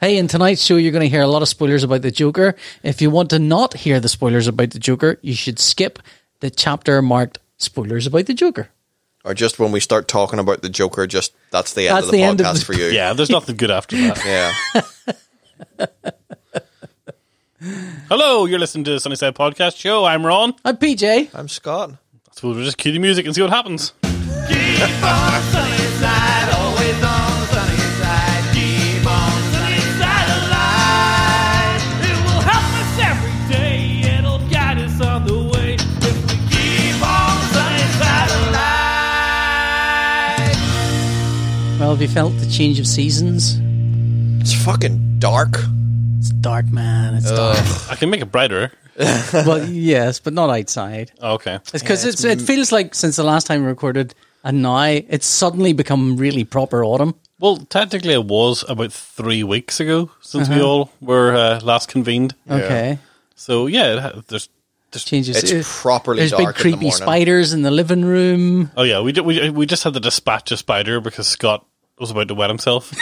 Hey, in tonight's show, you're going to hear a lot of spoilers about the Joker. If you want to not hear the spoilers about the Joker, you should skip the chapter marked spoilers about the Joker. Or just when we start talking about the Joker, just that's the end That's of the, the podcast end of the- for you. Yeah, there's nothing good after that. Yeah. Hello, you're listening to the Sunnyside Podcast Show. I'm Ron. I'm PJ. I'm Scott. I suppose we'll just cue the music and see what happens. Well, have you felt the change of seasons? It's fucking dark. It's dark, man. It's dark. I can make it brighter. well, yes, but not outside. Oh, okay. It's because it's, it feels like since the last time we recorded, and now it's suddenly become really proper autumn. Well, technically, it was about three weeks ago since we all were uh, last convened. Uh-huh. Okay, So yeah, it ha- there's, there's changes. It's It- properly There's big dark creepy in the morning. spiders in the living room. oh yeah, we, did, we we just had to dispatch a spider because Scott was about to wet himself.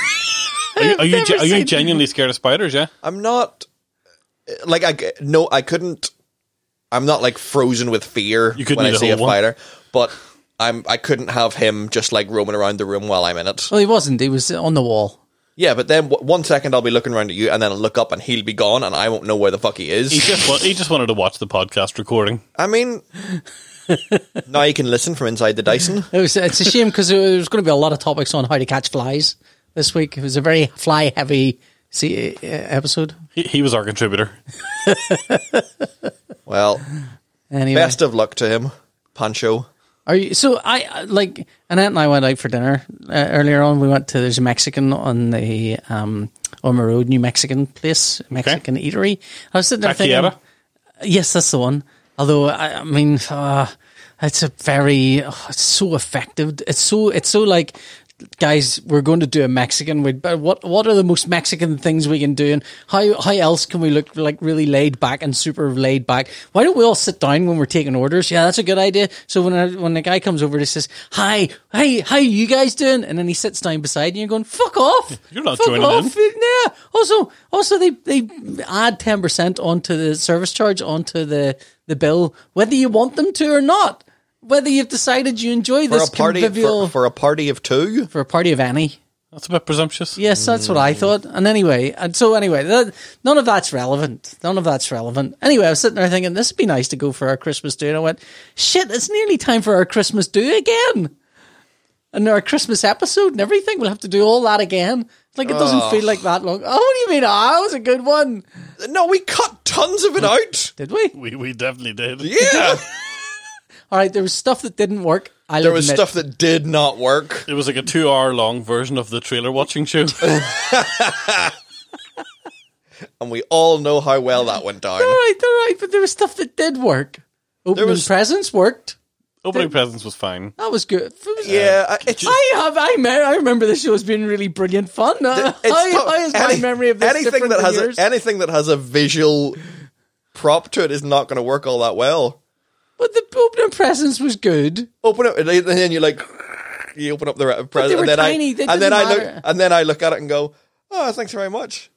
are you are you, ge- are you genuinely scared of spiders? Yeah. I'm not like I g- no, I couldn't. I'm not like frozen with fear You couldn't when I eat a see a whole one. fighter, but I'm I couldn't have him just like roaming around the room while I'm in it. Well, he wasn't. He was on the wall. Yeah, but then w- one second I'll be looking around at you, and then I'll look up and he'll be gone, and I won't know where the fuck he He is. just wa- he just wanted to watch the podcast recording. I mean, now you can listen from inside the Dyson. It was. It's a shame because there was going to be a lot of topics on how to catch flies this week. It was a very fly heavy see, uh, episode. He, he was our contributor. Well, Anyway, best of luck to him, Pancho. are you? So I uh, like Annette and I went out for dinner uh, earlier on. We went to there's a Mexican on the um on my road, New Mexican place, Mexican eatery. I was sitting there thinking, Takiera. um, yes, that's the one. Although I, I mean, uh, it's a very oh, it's so effective. It's so it's so like. Guys, we're going to do a Mexican. We, but what what are the most Mexican things we can do, and how how else can we look like really laid back and super laid back? Why don't we all sit down when we're taking orders? Yeah, that's a good idea. So when I, when the guy comes over, he says, "Hi, hey, how you guys doing?" And then he sits down beside you, and you're going, "Fuck off! You're not Fuck joining off. in." Yeah. Also, also they they add ten percent onto the service charge onto the the bill, whether you want them to or not. Whether you've decided you enjoy For a this party convivial for, for a party of two, for a party of any. That's a bit presumptuous. Yes, that's what I thought. And anyway, and so anyway, that, none of that's relevant. None of that's relevant. Anyway, I was sitting there thinking this would be nice to go for our Christmas do, and I went, "Shit, it's nearly time for our Christmas do again." And our Christmas episode and everything, we'll have to do all that again. It's Like it doesn't feel like that long. Oh, what do you mean? Ah, it was a good one. no, we cut tons of it out. Did we? We we definitely did. Yeah, All right, there was stuff that didn't work. I'll there was admit. stuff that did not work. It was like a two-hour-long version of the trailer watching show. and we all know how well that went down. All right, all right, but there was stuff that did work. Opening was- presents worked. Opening presents was fine. That was good. It was- Yeah, I- it's, I have. I me- I remember this show as being really brilliant fun. Uh, it's how- tough. how is my Any- memory of this anything different that than has yours? a, anything that has a visual prop to it is not going to work all that well. but the opening presents was good. Open it, and then you like you open up the re- they present, were and then tiny, I they and then didn't I matter. look and then I look at it and go, oh, thanks very much.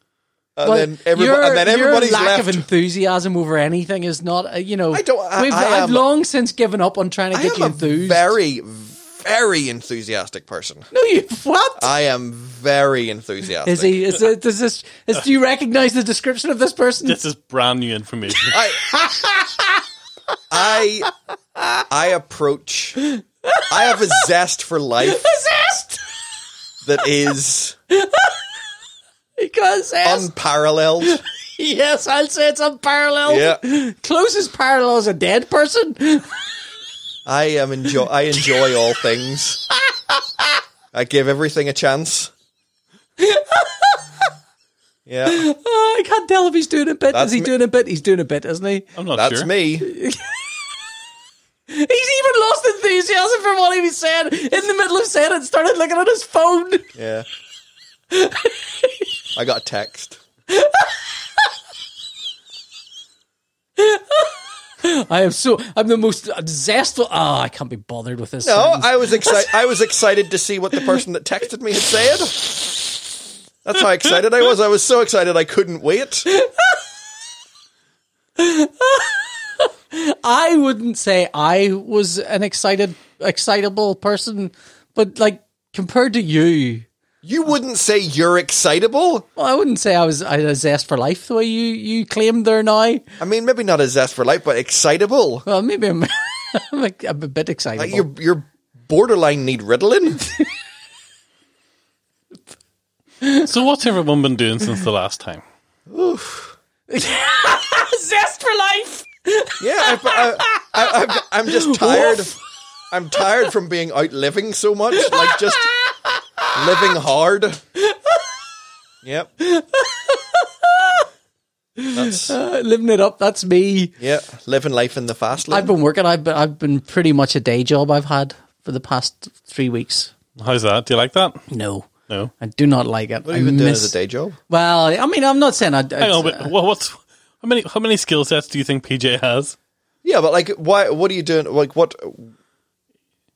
And Well, then everybody, your- and then your everybody's lack left. of enthusiasm over anything is not. Uh, you know, I don't- I- we've, I have am- long since given up on trying to I get am you a enthused. very, very enthusiastic person. no, you what? I am very enthusiastic. Is he? Is, it- does this? Is, do you recognize the description of this person? This is brand new information. I, I, I approach. I have a zest for life possessed. that is Because unparalleled. yes, I'll say it's unparalleled. Yeah. Closest parallel is a dead person. I am enjoy. I enjoy all things. I give everything a chance. Yeah, Oh, I can't tell if he's doing a bit. That's is he me- doing a bit? He's doing a bit, isn't he? I'm not that's sure. me. He's even lost enthusiasm for what he was saying in the middle of saying it. Started looking at his phone. Yeah, I got a text. I am so. I'm the most zestful. Ah, I can't be bothered with this. No, sentence. I was excited. I was excited to see what the person that texted me had said. That's how excited I was. I was so excited I couldn't wait. I wouldn't say I was an excited, excitable person, but like compared to you, You wouldn't say you're excitable. well, I wouldn't say I was I had a zest for life the way you you claimed there now. I mean, maybe not a zest for life, but excitable. Well, maybe I'm I'm, a, I'm a bit excited. Like, You're, you're borderline need Ritalin. So, what's everyone been doing since the last time? zest for life. yeah, I, I, I, I'm, I'm just tired. I'm tired from being out living so much, like just living hard. Yep. That's Uh, living it up. That's me. yeah, living life in the fast I've lane. been working. I've been, I've been pretty much a day job I've had for the past three weeks. How's that? Do you like that? No, No. I do not like it. What I have you been doing miss- as a day job? Well, I mean, I'm not saying I. uh, Hang on, but what- what's how many how many skill sets do you think PJ has? Yeah, but like, why? What are you doing? Like, what? What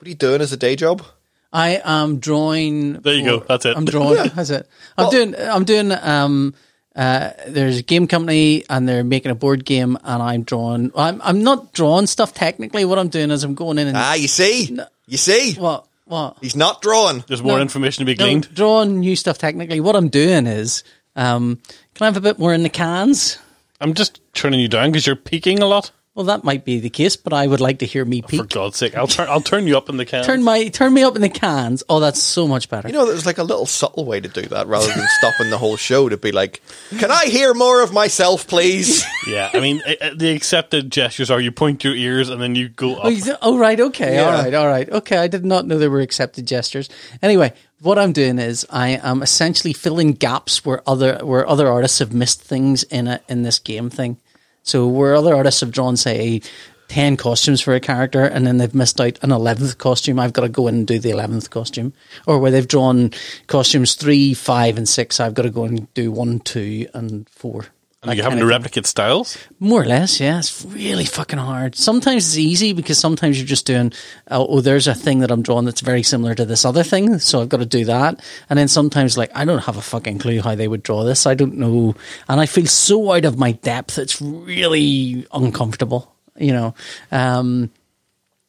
are you doing as a day job? I am drawing. There you go. That's it. I'm drawing. That's it. I'm doing. I'm doing. Um, uh, there's a game company and they're making a board game, and I'm drawing. I'm. I'm not drawing stuff technically. What I'm doing is I'm going in and Ah, you see, you see, what what he's not drawing. There's more No. information to be no, gleaned. drawing new stuff technically. What I'm doing is um, can I have a bit more in the cans? I'm just turning you down because you're peaking a lot. Well, that might be the case, but I would like to hear me For peek. God's sake, I'll turn I'll turn you up in the can. Turn my turn me up in the cans. Oh, that's so much better. You know, there's like a little subtle way to do that rather than stopping the whole show to be like, "Can I hear more of myself, please?" yeah, I mean i- i- the accepted gestures are you point your ears and then you go up. Oh, you th- oh, right. Okay. All Yeah. right. All right. Okay. I did not know there were accepted gestures. Anyway, what I'm doing is I am essentially filling gaps where other where other artists have missed things in a, in this game thing. So where other artists have drawn say ten costumes for a character and then they've missed out an eleventh costume, I've got to go in and do the eleventh costume. Or where they've drawn costumes three, five, and six, I've got to go and do one, two, and four. and That you're kinda having to thing. replicate styles. More or less, yeah. It's really fucking hard. Sometimes it's easy because sometimes you're just doing, oh, oh, there's a thing that I'm drawing that's very similar to this other thing, so I've got to do that. And then sometimes, like, I don't have a fucking clue how they would draw this. I don't know. And I feel so out of my depth. It's really uncomfortable, you know. Um,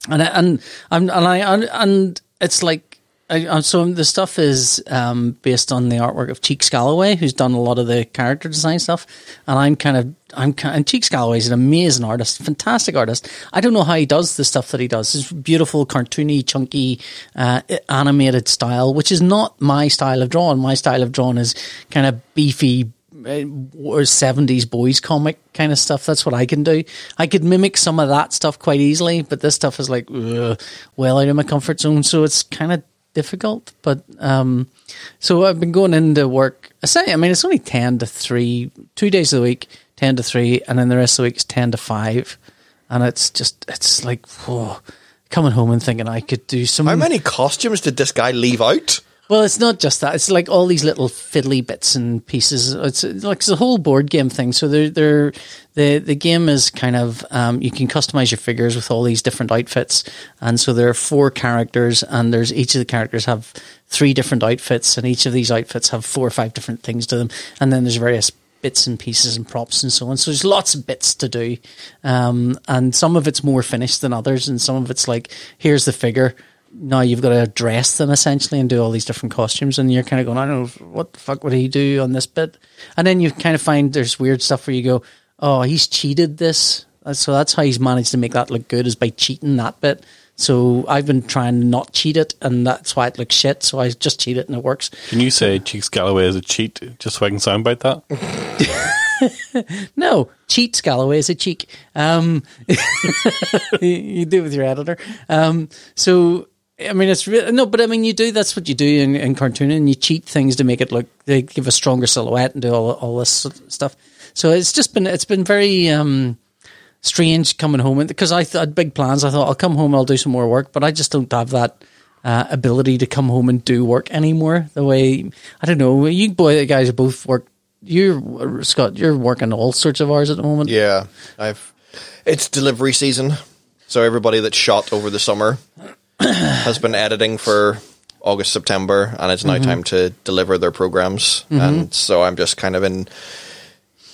and I, and I'm and I and, and it's like I, I'm- so the stuff is um, based on the artwork of Cheeks Galloway, who's done a lot of the character design stuff, and I'm kind of I'm kind and Cheeks Galloway is an amazing artist, fantastic artist. I don't know how he does the stuff that he does. It's beautiful, cartoony, chunky, uh, animated style, which is not my style of drawing. My style of drawing is kind of beefy, uh, or 70s boys comic kind of stuff. That's what I can do. I could mimic some of that stuff quite easily, but this stuff is like ugh, well out of my comfort zone. So it's kind of difficult. But um, so I've been going into work. I say, I mean, it's only 10 to 3, two days of the week, 10 to 3, and then the rest of the week is 10 to 5. And it's just, it's like, whoa, coming home and thinking I could do some. How many costumes did this guy leave out? Well, it's not just that. It's like all these little fiddly bits and pieces. It's like it's a whole board game thing. So they're, they're, the the game is kind of um, you can customize your figures with all these different outfits, and so there are four characters, and there's each of the characters have three different outfits, and each of these outfits have four or five different things to them, and then there's various bits and pieces and props and so on. So there's lots of bits to do, um, and some of it's more finished than others, and some of it's like here's the figure. Now you've got to dress them essentially and do all these different costumes, and you're kind of going, I don't know what the fuck would he do on this bit, and then you kind of find there's weird stuff where you go, oh, he's cheated this, Uh, so that's how he's managed to make that look good is by cheating that bit. So I've been trying to not cheat it, and that's why it looks shit. So I just cheat it, and it works. Can you say Cheeks Galloway is a cheat just so I can soundbite that? No, cheats Galloway is a cheek. Um, you, you do with your editor. Um, so I mean, it's re- no, but I mean, you do. That's what you do in, in cartooning. You cheat things to make it look. They give a stronger silhouette and do all all this sort of stuff. So it's just been it's been very. Um, strange coming home because I, th- I had big plans. I thought I'll come home, I'll do some more work, but I just don't have that uh, ability to come home and do work anymore. The way I don't know, you boy guys both work. You're Scott. You're working all sorts of hours at the moment. Yeah, I've. It's delivery season, so everybody that shot over the summer has been editing for August, September, and it's now time to deliver their programs. And so I'm just kind of in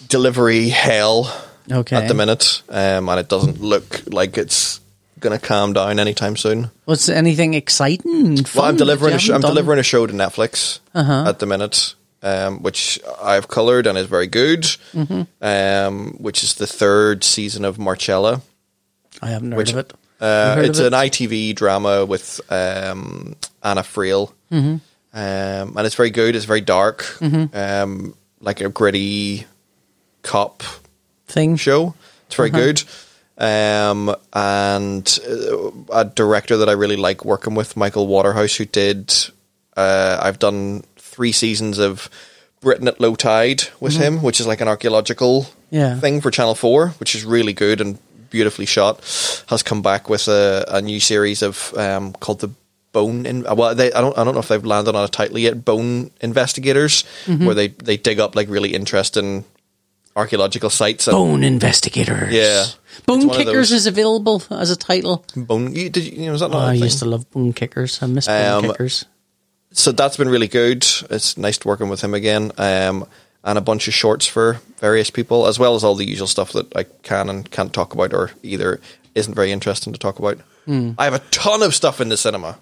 delivery hell Okay. at the minute, um, and it doesn't look like it's going to calm down anytime soon. What's anything exciting? and Fun Well, I'm that you delivering. A sh- I'm haven't done? delivering a show to Netflix Uh-huh. at the minute, um, which I've coloured and is very good. Mm-hmm. Um, which is the third season of Marcella. I haven't heard which, of it. Uh, heard it's of an ITV drama with um, Anna Friel, Mm-hmm. um, and it's very good. It's very dark, um, like a gritty cop Thing. show. It's very good. Um, and uh, a director that I really like working with, Michael Waterhouse, who did. Uh, I've done three seasons of Britain at Low Tide with him, which is like an archaeological Yeah. thing for Channel Four, which is really good and beautifully shot. Has come back with a, a new series of um, called the Bone. In- well, they, I don't I don't know if they've landed on it tightly yet. Bone investigators, where they they dig up like really interesting archaeological sites and Bone Investigators. Yeah. It's Bone one of Kickers those- is available as a title. Bone. You, did you, you know, was that Oh, not a I thing? used to love Bone Kickers. I miss Bone Um, Kickers. So that's been really good. It's nice working with him again. Um, and a bunch of shorts for various people, as well as all the usual stuff that I can and can't talk about, or either isn't very interesting to talk about. Hmm. I have a ton of stuff in the cinema.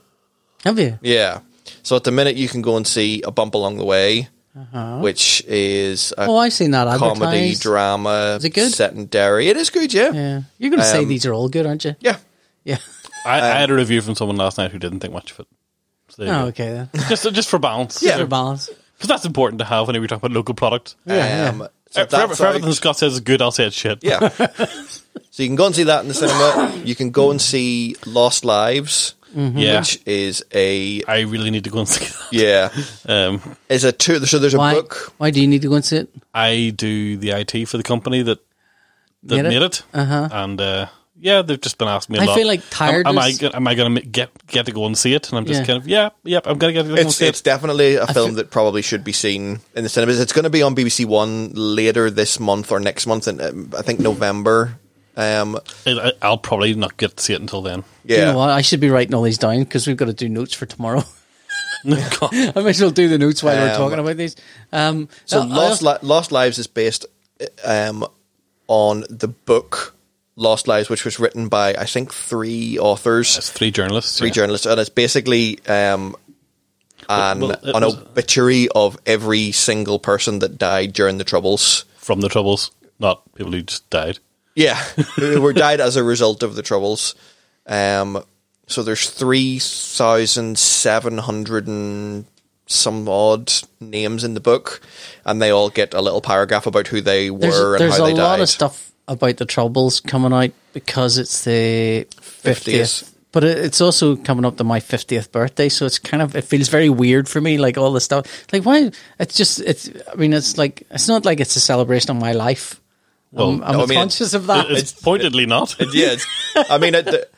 Have you? Yeah. So at the minute, you can go and see A Bump Along the Way, which is a Oh, I've seen that Uh-huh. advertised. comedy, drama, it good? set in Derry. It is good, yeah. Yeah. You're going to say Um, these are all good, aren't you? Yeah. Yeah. I, Uh, I had a review from someone last night who didn't think much of it. So there you Oh, go. okay then. just just for balance, Yeah. For balance. because that's important to have whenever you're talking about local product. Yeah, Um, yeah. so Uh, for, ev- that's for out. everything Scott says is good, I'll say it's shit. Yeah. so you can go and see that in the cinema. You can go and see Lost Lives, yeah. which is a I really need to go and see that. yeah, Um, is a two. So there's a Why? book. Why do you need to go and see it? I do the IT for the company that that Made made it? it, Uh-huh. and uh, yeah, they've just been asking me. a I lot. feel like Am, am I tiredness- go- am I going to get get to go and see it? And I'm just Yeah. kind of yeah, yep. I'm going to get to go and It's see it's it. definitely a film that probably should be seen in the cinemas. It's going to be on BBC One later this month or next month, and um, I think November. Um, I- I'll probably not get to see it until then. yeah, You know what? I should be writing all these down because we've got to do notes for tomorrow. God. I might as well do the notes while we're Um, talking about these. Um, So uh, I Lost, also- Li- Lost Lives is based um, on the book Lost Lives, which was written by I think three authors. It's three journalists. three yeah. journalists, and it's basically um, an Well, it an was- obituary of every single person that died during the Troubles. from the troubles, not people who just died. Yeah, who were died as a result of the Troubles. Um, so there's three thousand seven hundred and some odd names in the book, and they all get a little paragraph about who they were there's, and there's how a they lot died. of stuff about the troubles coming out because it's the 50th. But it, it's also coming up to my 50th birthday, so it's kind of it feels very weird for me like all this stuff. Like why it's just it's I mean it's like it's not like it's a celebration of my life. Well, I'm I mean, conscious of that. it's pointedly not. yeah, it's- I mean, it,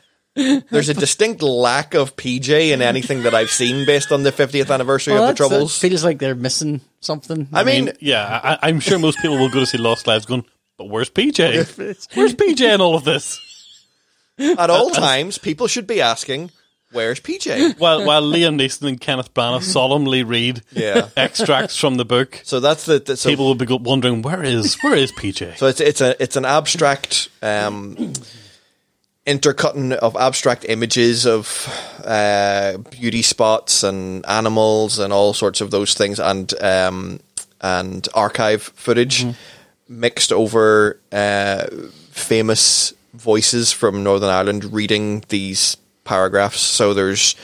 there's a distinct lack of PJ in anything that I've seen based on the 50th anniversary Well, of the that's- Troubles. It feels like they're missing something. I mean, yeah, I, I'm sure most people will go to see Lost Lives going, but where's PJ? Where's PJ in all of this? at all times, people should be asking, "Where's PJ?" While while Liam Neeson and Kenneth Branagh solemnly read Yeah. extracts from the book, So that's the, the so, people will be go- wondering where is where is PJ? so it's it's a it's an abstract um, intercutting of abstract images of uh, beauty spots and animals and all sorts of those things and um, and archive footage mixed over uh, famous voices from Northern Ireland reading these paragraphs. So there's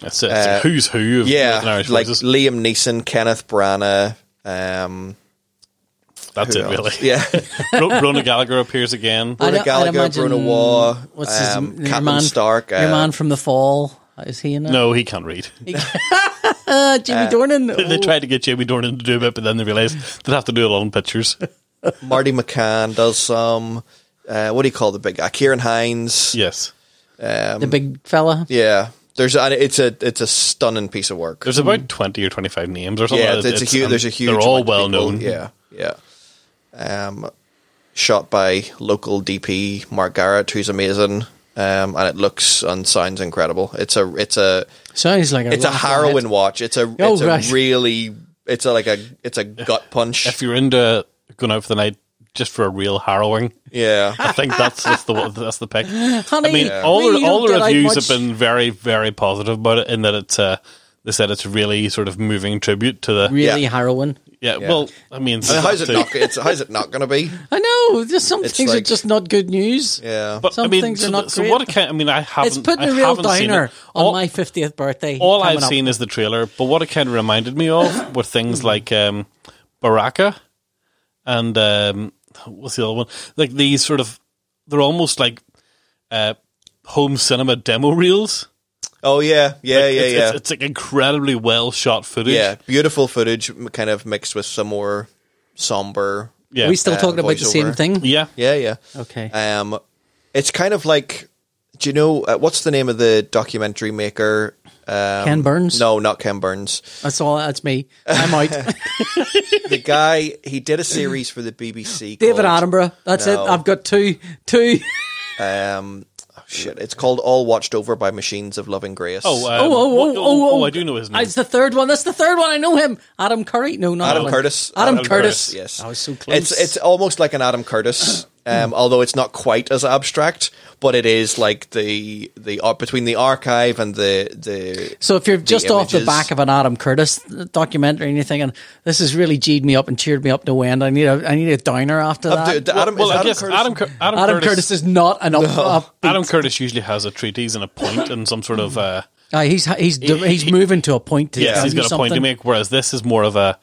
That's it. It's a who's who of Northern Uh, yeah, Irish like voices. Liam Neeson, Kenneth Branagh. Um, That's who it, really. else? Yeah, Ro- Rona Gallagher appears again. I'd- Bruno I'd Gallagher, imagine- Bruno Waugh, What's his um, your Captain man- Stark, Your uh, man from the fall. Is he in it? No, he can't read. Uh, Jimmy Dornan. They Oh. tried to get Jamie Dornan to do it, but then they realised they'd have to do it on pictures. Marty McCann does some. Uh, what do you call the big guy? Kieran Hines. Yes. Oh, the big fella. um, Yeah. There's and it's a it's a stunning piece of work. There's about twenty or twenty five names or something. yeah, like it's, that. it's a huge. and There's a huge. um, They're all amount of well people. known. Yeah, yeah. Um, shot by local DP Mark Garrett, who's amazing. um, and it looks and sounds incredible. It's a it's a Sounds like a it's a lot of harrowing it. watch. It's a Oh, it's right. a really it's a, like a it's a gut If punch. you're into going out for the night just for a real harrowing, Yeah, I think that's that's the that's the pick. Honey, I mean, we all the, don't all the get out reviews much. have been very very positive about it in that it's uh, they said it's really sort of moving tribute to the really Yeah. harrowing. yeah, Well, I mean, I mean, how's it the- not? It's how's it not going to be? I know. There's some It's things are like- just not good news. Yeah, But Some I mean, things are so, not so great. what? Account, I mean, I haven't. It's putting I a real haven't seen it. downer on All- my 50th birthday. all coming I've up. seen is the trailer, but what it kind of reminded me of were things like um, Baraka and um, what's the other one? Like these sort of, they're almost like uh, home cinema demo reels. oh yeah, yeah, Like, yeah, it's, yeah, It's, it's like incredibly well shot footage. yeah. Beautiful footage, m- kind of mixed with some more somber. yeah, Are we still uh, talking about the same voiceover. thing? yeah. Yeah, yeah. Okay. Um, it's kind of like, do you know uh, what's the name of the documentary maker? Um, Ken Burns? No, not Ken Burns. That's all. That's me. I'm out. the guy he did a series for the BBC. David called, Attenborough. That's No. it. I've got two. Two. Um, oh shit, it's called All Watched Over by Machines of Loving Grace. Oh, um, Oh, oh, oh, what- oh, oh, I do know his name. It's the third one. That's the third one. I know him. Adam Curry. No, not Adam that one. Curtis. Adam, Adam Curtis. Curtis, yes, I was so close. It's it's almost like an Adam Curtis. Um, although it's not quite as abstract, but it is like the the uh, between the archive and the the So if you're just off the images. back of an Adam Curtis documentary and you're thinking, this has really G'd me up and cheered me up to end. I need a I need a downer after that. the, the Adam, is well, I Adam guess Curtis- Adam, Cur- Adam, Adam Curtis. Curtis, is not an up. up Adam Curtis usually has a treatise and a point and some sort of. Uh, Aye, he's he's he's he- moving to a point to yeah, tell he's you got a something. point to make. Whereas this is more of a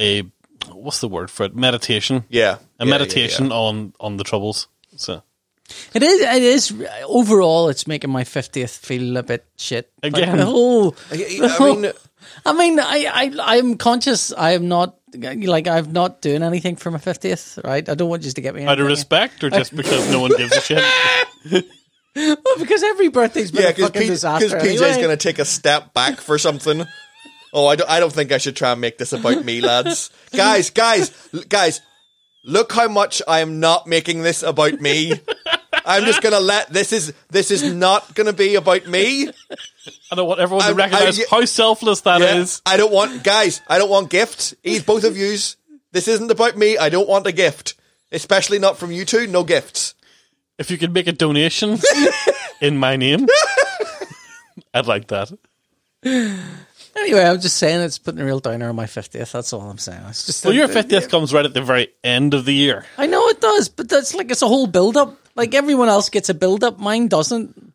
a what's the word for it? Meditation. Yeah. a Yeah, meditation yeah, on on the troubles. So It is. It is. Overall, it's making my fiftieth feel a bit shit. Like, Again. oh, I mean- I mean, I, I, I'm conscious. I am not like I'm not doing anything for my fiftieth. Right? I don't want you to get me out of anything. respect, or just because no one gives a shit. Well, because every birthday's been Yeah, a because fucking disaster. PJ's anyway. going to take a step back for something. Oh, I don't, I don't think I should try and make this about me, lads. guys, guys, l- guys, look how much I am not making this about me. I'm just going to let this is this is not going to be about me. I don't want everyone to I'm- I- recognize yeah. how selfless that is. Yeah, I don't want guys, I don't want gifts. Ease both of yous. This isn't about me. I don't want a gift, especially not from you two. No gifts. If you could make a donation in my name, I'd like that. Anyway, I'm just saying it's putting a real downer on my fiftieth. That's all I'm saying. It's just. Well, your uh, fiftieth comes right at the very end of the year. I know it does, but that's like it's a whole build up. Like everyone else gets a build up, mine doesn't.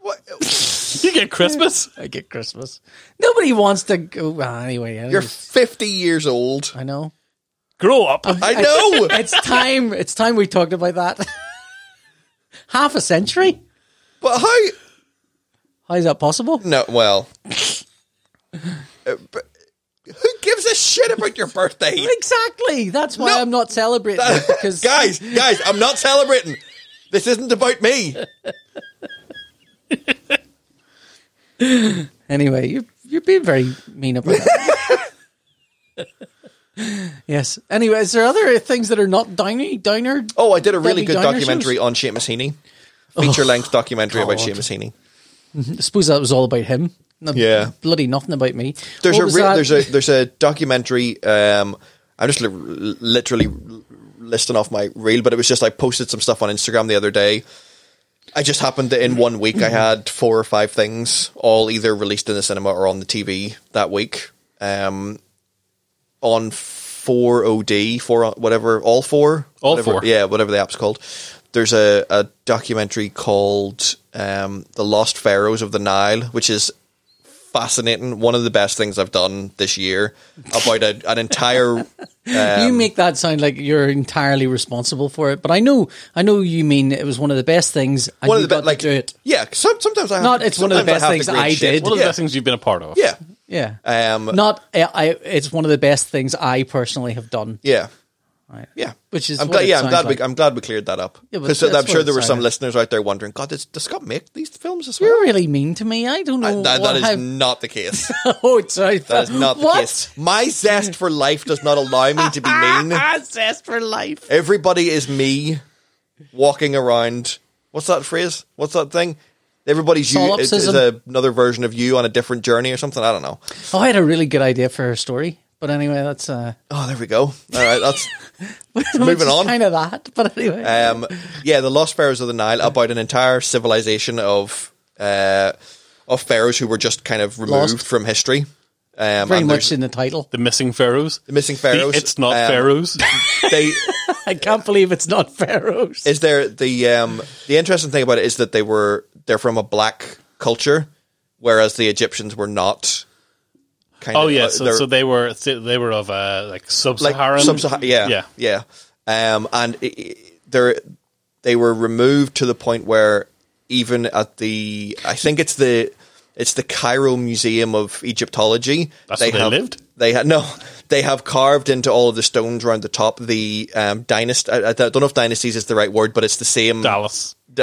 What? You get Christmas. I get Christmas. Nobody wants to go. Well, anyway, I, You're 50 years old. I know. Grow up. I know. It's time. It's time we talked about that. Half a century? But how? How is that possible? No, well. Uh, but who gives a shit about your birthday? Exactly. That's why No. I'm not celebrating it because guys, guys, I'm not celebrating. This isn't about me. anyway, you're you're being very mean about that. yes. Anyway, is there other things that are not downy downer? Oh, I did a really Deadly good Diner documentary shows? on Seamus Heaney. Oh. Feature length documentary about God. Seamus Heaney. I suppose that was all about him. No- Yeah. Bloody nothing about me. There's What a was re- that? there's a there's a documentary. Um, I'm just li- literally listing off my reel, but it was just I posted some stuff on Instagram the other day. I just happened to in Mm-hmm. one week I had four or five things, all either released in the cinema or on the TV that week. Um, on four OD, four whatever, all four, All whatever, four. yeah, whatever the app's called. There's a, a documentary called um, "The Lost Pharaohs of the Nile," which is fascinating. One of the best things I've done this year about a, an entire. um, you make that sound like you're entirely responsible for it, but I know, I know you mean it was one of the best things. And One of you the best, got like, to do it. yeah. Some, sometimes I have, Not, it's one of the sometimes best I have things I grade shit. did. One of the yeah. best things you've been a part of. Yeah, Yeah. Um, Not, I, I, it's one of the best things I personally have done. yeah, Right. yeah. Which is I'm what glad. it Yeah, I'm sounds glad. like. We, I'm glad we cleared that up Yeah, but because that's I'm what sure it there were some sounded. listeners out there wondering, God, does, does Scott make these films as well? You're really mean to me. I don't know. And that- what that is I've- not the case. oh, it's right. That is not the what? case. My zest for life does not allow me to be mean. Ah, zest for life. Everybody is me walking around What's that phrase? What's that thing? Everybody's you is, is Solipsism. a, another version of you on a different journey or something. I don't know. Oh, I had a really good idea for her story, but anyway, that's uh, Oh, there we go. All right, that's Moving on. Kind of that, but anyway. um, yeah, the Lost Pharaohs of the Nile about an entire civilization of uh, of pharaohs who were just kind of removed Lost. from history. Um, Very and much there's in the title. The missing pharaohs. The missing pharaohs. it's not um, pharaohs. They I can't believe it's not pharaohs. is there the um, the interesting thing about it is that they were they're from a black culture, whereas the Egyptians were not. Kind Oh yeah, uh, so, they're- so they were they were of uh, like like sub-Saharan. sub-Sahara- yeah, yeah, Um, and it, it- they're they were removed to the point where even at the I think it's the it's the Cairo Museum of Egyptology. That's where they lived? They had no. They have carved into all of the stones around the top the um, dynasty. I, I don't know if dynasties is the right word, but it's the same Dallas.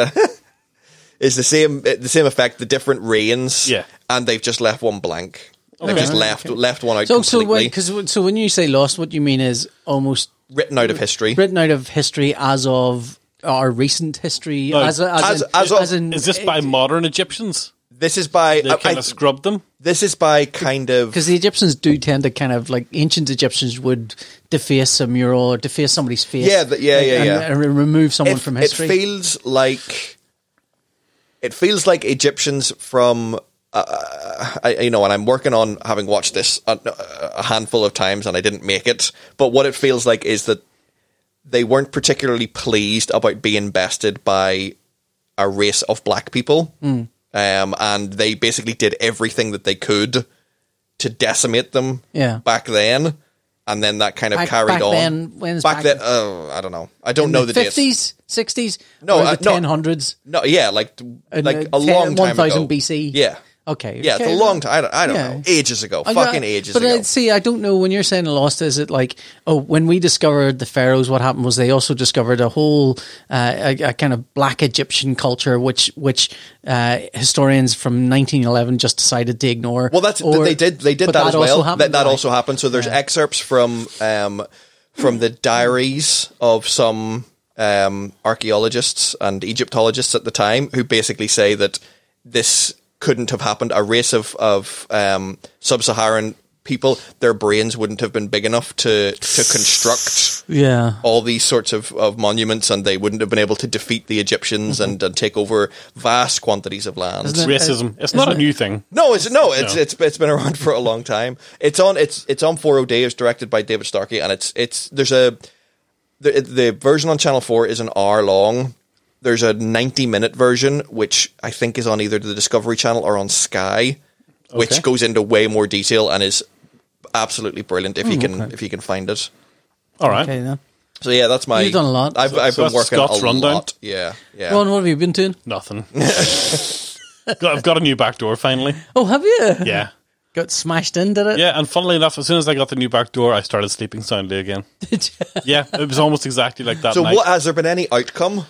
is the same the same effect. The different reigns, Yeah. and they've just left one blank. They've Okay. just left left one out so, so, completely, wait, 'cause w- so when you say lost, what you mean is almost written out of history. written out of history as of our recent history, No. as, as, As- in, as of- in- Is this by modern Egyptians? This is by They I- kind I- of scrubbed them. This is by kind of Because the Egyptians do tend to kind of like ancient Egyptians would deface a mural or deface somebody's face. Yeah, but- yeah, and- yeah, yeah. And, and remove someone it, from it history. feels like it feels like Egyptians from uh, I, you know, and I'm working on having watched this a, a handful of times, and I didn't make it. But what it feels like is that they weren't particularly pleased about being bested by a race of black people, Hmm. um, and they basically did everything that they could to decimate them. Yeah. back then. And then that kind of Back- carried back on. then- when's back, back then, then? oh, I don't know. I don't know the dates. fifties, sixties, No, uh, the no. ten hundreds, No, yeah, like like a uh, 10 long time ago. 1000 BC. Yeah, Okay, yeah, it's okay. a long time. I don't, I don't Yeah. know, ages ago, I- fucking I- ages But ago. uh, see, I don't know when you're saying lost. Is it like oh, when we discovered the pharaohs, what happened was they also discovered a whole uh, a, a kind of black Egyptian culture, which which uh, historians from 1911 just decided to ignore. Well, that's Or- they did they did but that, as well. also that happened, that like- also happened. So there's excerpts from um from the diaries of some um archaeologists and Egyptologists at the time who basically say that this couldn't have happened. A race of of um, sub-Saharan people, their brains wouldn't have been big enough to to construct. Yeah. all these sorts of, of monuments and they wouldn't have been able to defeat the Egyptians and, and take over vast quantities of land. Isn't it- Racism. It's not a uh, it- new thing. no, it's no, it's it's it's been around for a long time. It's on it's it's on 4 Day. It's directed by David Starkey and it's it's there's a the, the version on Channel 4 is an hour long. There's a 90 minute version which I think is on either the Discovery Channel or on Sky which Okay. goes into way more detail and is absolutely brilliant Hmm, if you can if you can find it. All right. Okay, then. So yeah, that's my. You've done a lot. I've, I've So been that's working Scott's a rundown? lot. Yeah, yeah. Ron, what have you been doing? Nothing. Got- I've got a new back door finally. Oh, have you? Yeah. Got smashed in, did it? Yeah, and funnily enough, as soon as I got the new back door, I started sleeping soundly again. Did you? Yeah, it was almost exactly like that so night. what has there been any outcome?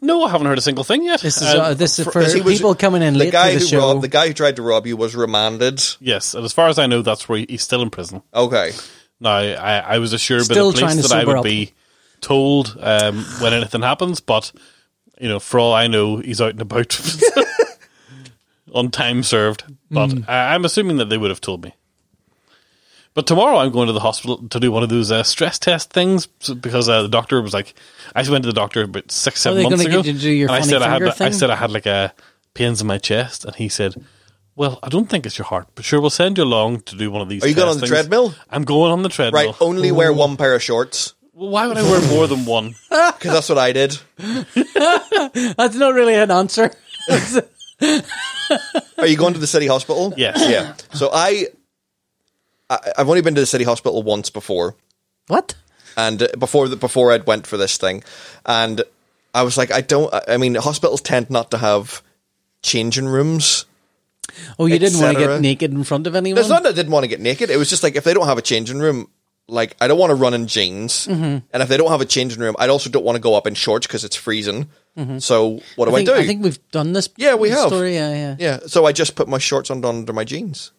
No, I haven't heard a single thing yet. This is Um, uh, this is for 'Cause he was- people coming in late guy to the who show. robbed, the guy who tried to rob you was remanded. yes, and as far as I know, that's where he, he's still in prison. Okay, Now, I, I was assured Still by the trying to police that I sober would up. be told um, when anything happens, but you know, for all I know, he's out and about on time served. But Hmm. I, I'm assuming that they would have told me. But tomorrow I'm going to the hospital to do one of those uh, stress test things so- because uh, the doctor was like, I went to the doctor about six, Are seven they months gonna ago. get you to do your and I funny said I had, finger like- I thing? said I had like a pains in my chest, and he said, "Well, I don't think it's your heart, but sure, we'll send you along to do one of these." Are you going test on the things." treadmill? I'm going on the treadmill. right. Only wear one pair of shorts Well, why would I wear more than one? because that's what I did. That's not really an answer. Are you going to the city hospital? Yes. Yeah. So I, I I've only been to the city hospital once before. what? and uh, before the, before I'd went for this thing, and I was like, I don't. I- I mean, hospitals tend not to have changing rooms. Oh, you didn't want to cetera. get naked in front of anyone. It's not that I didn't want to get naked. It was just like if they don't have a changing room, like I don't want to run in jeans, Mm-hmm. and if they don't have a changing room, I also don't want to go up in shorts because it's freezing. So what Mm-hmm. I do I, think, do? I think we've done this. Yeah, we have. Story, yeah, yeah. yeah, so I just put my shorts on under my jeans.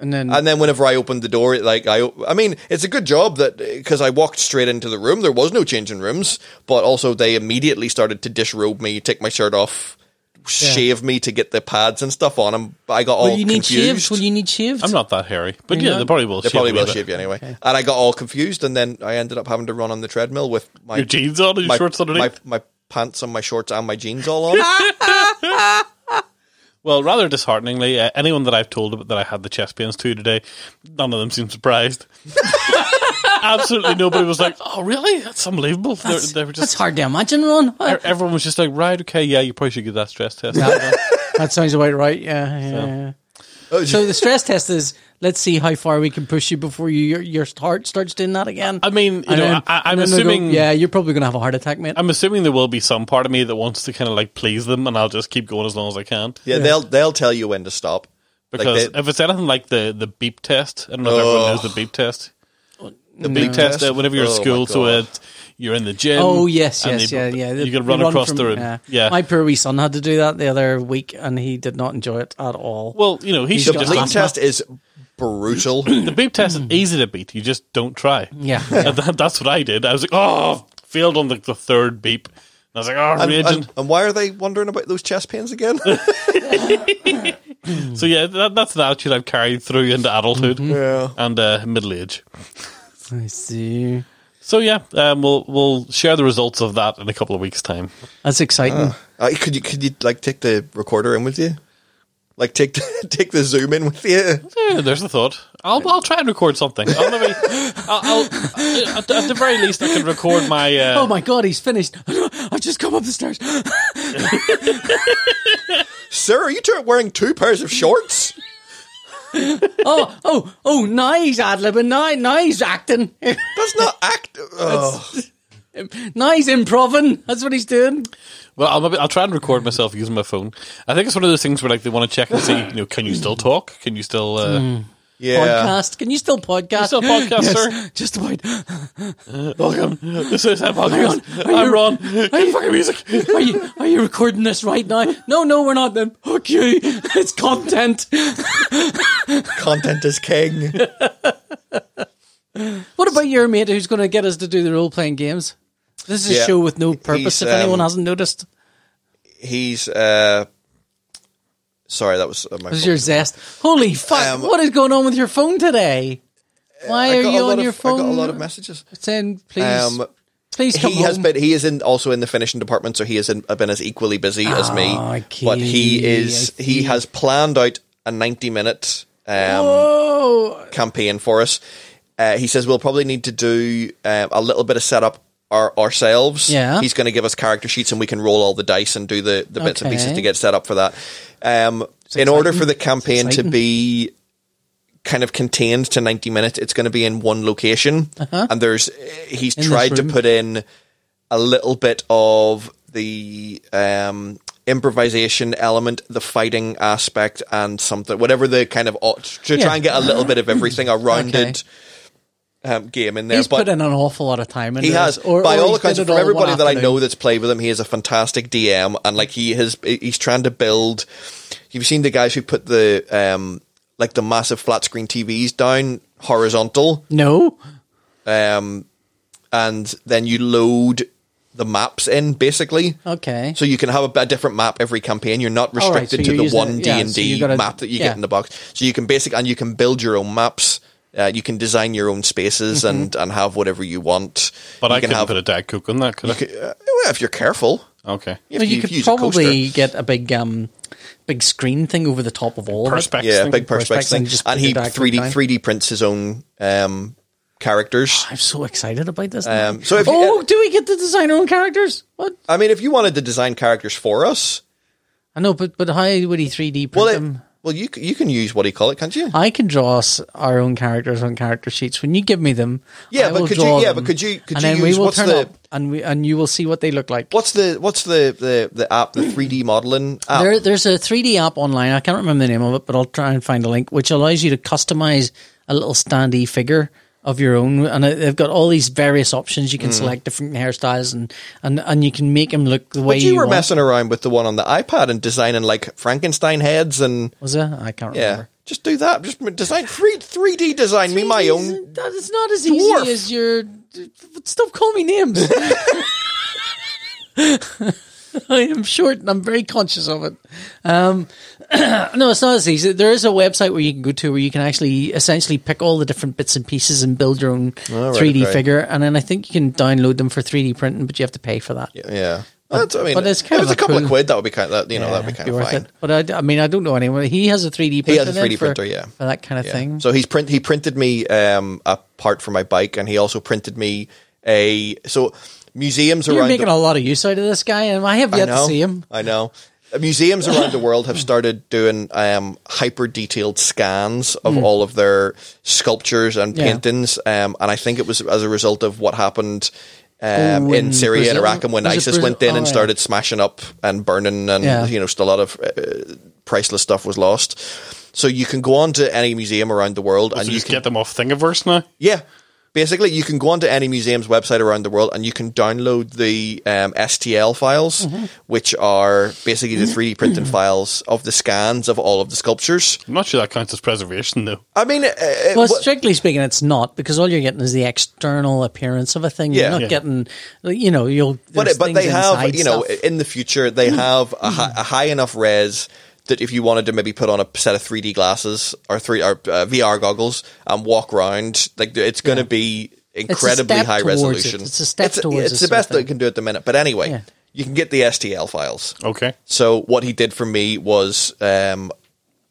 and then And then whenever I opened the door, it, like I, I mean, it's a good job that because I walked straight into the room. There was no changing rooms, but also they immediately started to disrobe me, take my shirt off, shave me to get the pads and stuff on. And I got all will you need confused. shaved? Will you need shaved? I'm not that hairy, but You're yeah, not? they probably will. they shave probably me a will bit. shave you anyway. And I got all confused, and then I ended up having to run on the treadmill with my Your jeans on and your my, shorts underneath. my, my pants and my shorts and my jeans all on. Well, rather dishearteningly, uh, anyone that I've told about that I had the chest pains to today, none of them seemed surprised. Absolutely nobody was like, "Oh, really? That's unbelievable." They- That's, they were that's just. hard to imagine, Ron. e- Everyone was just like, "Right, okay, yeah, you probably should get that stress test." that sounds about right. Yeah, yeah. yeah. Oh, So the stress test is let's see how far we can push you before you, your your heart starts doing that again. I mean, you And know, then- I, I'm and then they'll go, assuming. yeah, you're probably gonna have a heart attack, mate. I'm assuming there will be some part of me that wants to kind of like please them, and I'll just keep going as long as I can. Yeah, they'll they'll tell you when to stop. Like, Because they- if it's anything like the the beep test, I don't know if everyone knows the beep test. the Beep test, uh, whenever you're Oh, at my school, so God. uh, you're in the gym. Oh yes, and yes, you- yeah, yeah. You can run, across from- the room. yeah. Yeah, my poor wee son had to do that the other week, and he did not enjoy it at all. Well, you know, he the should just. bleep ask- test is brutal. The beep test is easy to beat. You just don't try. Mm. yeah, yeah. And that- that's what I did. I was like, oh, failed on the, the third beep. And I was like, oh, and, raging. and- and why are they wondering about those chest pains again? so yeah, that, that's an attitude I've carried through into adulthood Mm-hmm. Yeah. and uh, middle age. I see. So yeah, um, we'll we'll share the results of that in a couple of weeks' time. That's exciting. Uh, could you could you like take the recorder in with you? Like take the, take the zoom in with you. Yeah, there's the thought. I'll I'll try and record something. I'll, maybe, I'll, I'll at, at the very least I can record my. Uh, oh my god, he's finished. I've just come up the stairs. Sir, are you two wearing two pairs of shorts? oh, oh, oh! Now he's ad libbing. Now, now he's acting. That's not act. oh, Ugh. now he's improving. That's what he's doing. Well, I'll, maybe, I'll try and record myself using my phone. I think it's one of those things where like they want to check and see, you know, can you still talk? Can you still? Uh, Hmm. yeah. Podcast. Can you still podcast? still podcast, Yes, sir? Just about. Uh, Welcome. This is our podcast. Are you- I'm Ron. Are you Fucking music. Are you are you recording this right now? No, no, we're not. Then fuck you. It's content. Content is king. What about your mate who's going to get us to do the role playing games? This is a Yeah. show with no purpose. He's, if anyone um, hasn't noticed, He's uh. Sorry, that was uh, my. this is phone. your zest. Holy fuck! Um, what is going on with your phone today? Why I are got a you lot on of- your phone? I got a lot of messages. saying please, Um, please come he has home. been he is in also in the finishing department so he has in, been as equally busy as me Okay, but he is Ah, I he has planned out a 90 minute um, oh, campaign for us uh, he says we'll probably need to do uh, a little bit of setup our, ourselves Yeah. he's going to give us character sheets and we can roll all the dice and do the, the bits and pieces Okay. to get set up for that um, in order for the campaign to exciting. be kind of contained to 90 minutes it's going to be in one location and there's eh, he's Uh-huh. this tried to room. put in a little bit of the um improvisation element the fighting aspect and something whatever the kind of to Yeah. try and get a little bit of everything a rounded um, game in there he's but put in an awful lot of time. Into he has this, or, by or all he's accounts did it from all everybody one that i know afternoon. that's played with him he is a fantastic dm and like he has he's trying to build you've seen the guys who put the um like the massive flat screen tvs down horizontal No, um, and then you load the maps in basically. okay. So you can have a, a different map every campaign. You're not Oh. right, restricted so you're to the using one it- D yeah, and so you D gotta- map that you yeah. get in the box. So you can basic and you can build your own maps. Uh, you can design your own spaces Mm-hmm. and and have whatever you want. But you I can couldn't have put a dad cook on that, could I? uh, well, if you're careful. okay. If Well, you, if could use a probably coaster. get a big um, big screen thing over the top of all. of it. Perspex yeah, thing. big Perspex perspex thing, thing, just put and your he diagonal three D down. three D prints his own um, characters. I'm so excited about this. Um, so if you- Ah. oh, do we get to design our own characters? What? I mean, if you wanted to design characters for us, I know, but but how would he 3D print well, it, them? well, you c- you can use what do you call it, can't you? I can draw us our own characters on character sheets. When you give me them, Yeah, I but will could you- draw yeah, them, but could you- could and you then we use- will what's turn the- up and we and you will see what they look like. What's the what's the the, the app the three D modeling app? There, there's a 3D app online. I can't remember the name of it, but I'll try and find a link, which allows you to customize a little standee figure of your own. And it- they've got all these various options. You can Mm. select different hairstyles and, and, and you can make them look the way but you, were want. messing around with the one on the iPad and designing like Frankenstein heads and Was it? I can't yeah, remember. Just do that. Just design three three D design me my own. That is not as dwarf. easy as your. Stop calling me names. I am short and I'm very conscious of it. Um, no, it's not as easy. There is a website where you can go to where you can actually essentially pick all the different bits and pieces and build your own right, 3D okay. figure. And then I think you can download them for 3D printing, but you have to pay for that. Yeah, that's, I mean, but it's kind if of it's a a couple of cool- quid. That would be kind. Of, that you know, Yeah, that'd be kind be of worth fine. it. But I, I mean, I don't know anyone. He has a 3D printer. He has a then 3D for- printer, yeah. For that kind of Yeah. thing. So he's print. He printed me um, a part for my bike, and he also printed me a so museums You're around. making the, a lot of use out of this guy, and I have I yet know. to see him. I know. Uh, Museums around the world have started doing um, hyper detailed scans of all of their sculptures and Hmm. Yeah. paintings, um, and I think it was as a result of what happened. Um, Oh, in in Syria and Brazil? Iraq, and when Was it ISIS Brazil? went in Oh, and yeah. started smashing up and burning, and Yeah. you know, just a lot of uh, priceless stuff was lost. So you can go on to any museum around the world, and So you just can get them off Thingiverse now. yeah. Basically, you can go onto any museum's website around the world and you can download the um, STL files, which are basically the 3D printing files of the scans of all of the sculptures. I'm not sure that counts as preservation though. I mean, uh, uh, Well, what- strictly speaking, it's not because all you're getting is the external appearance of a thing. Yeah. You're not Yeah. getting, you know, you'll. but, there's but things they have, inside you know, stuff. Hmm. in the future, they have a, hi- a high enough res that if you wanted to maybe put on a set of 3D glasses or three or uh, VR goggles and walk around, like it's going to be incredibly step high towards resolution. it. It's a step it's, towards It's this the sort of best that thing. it can do at the minute. But anyway, Yeah. you can get the STL files. Okay. So what he did for me was um,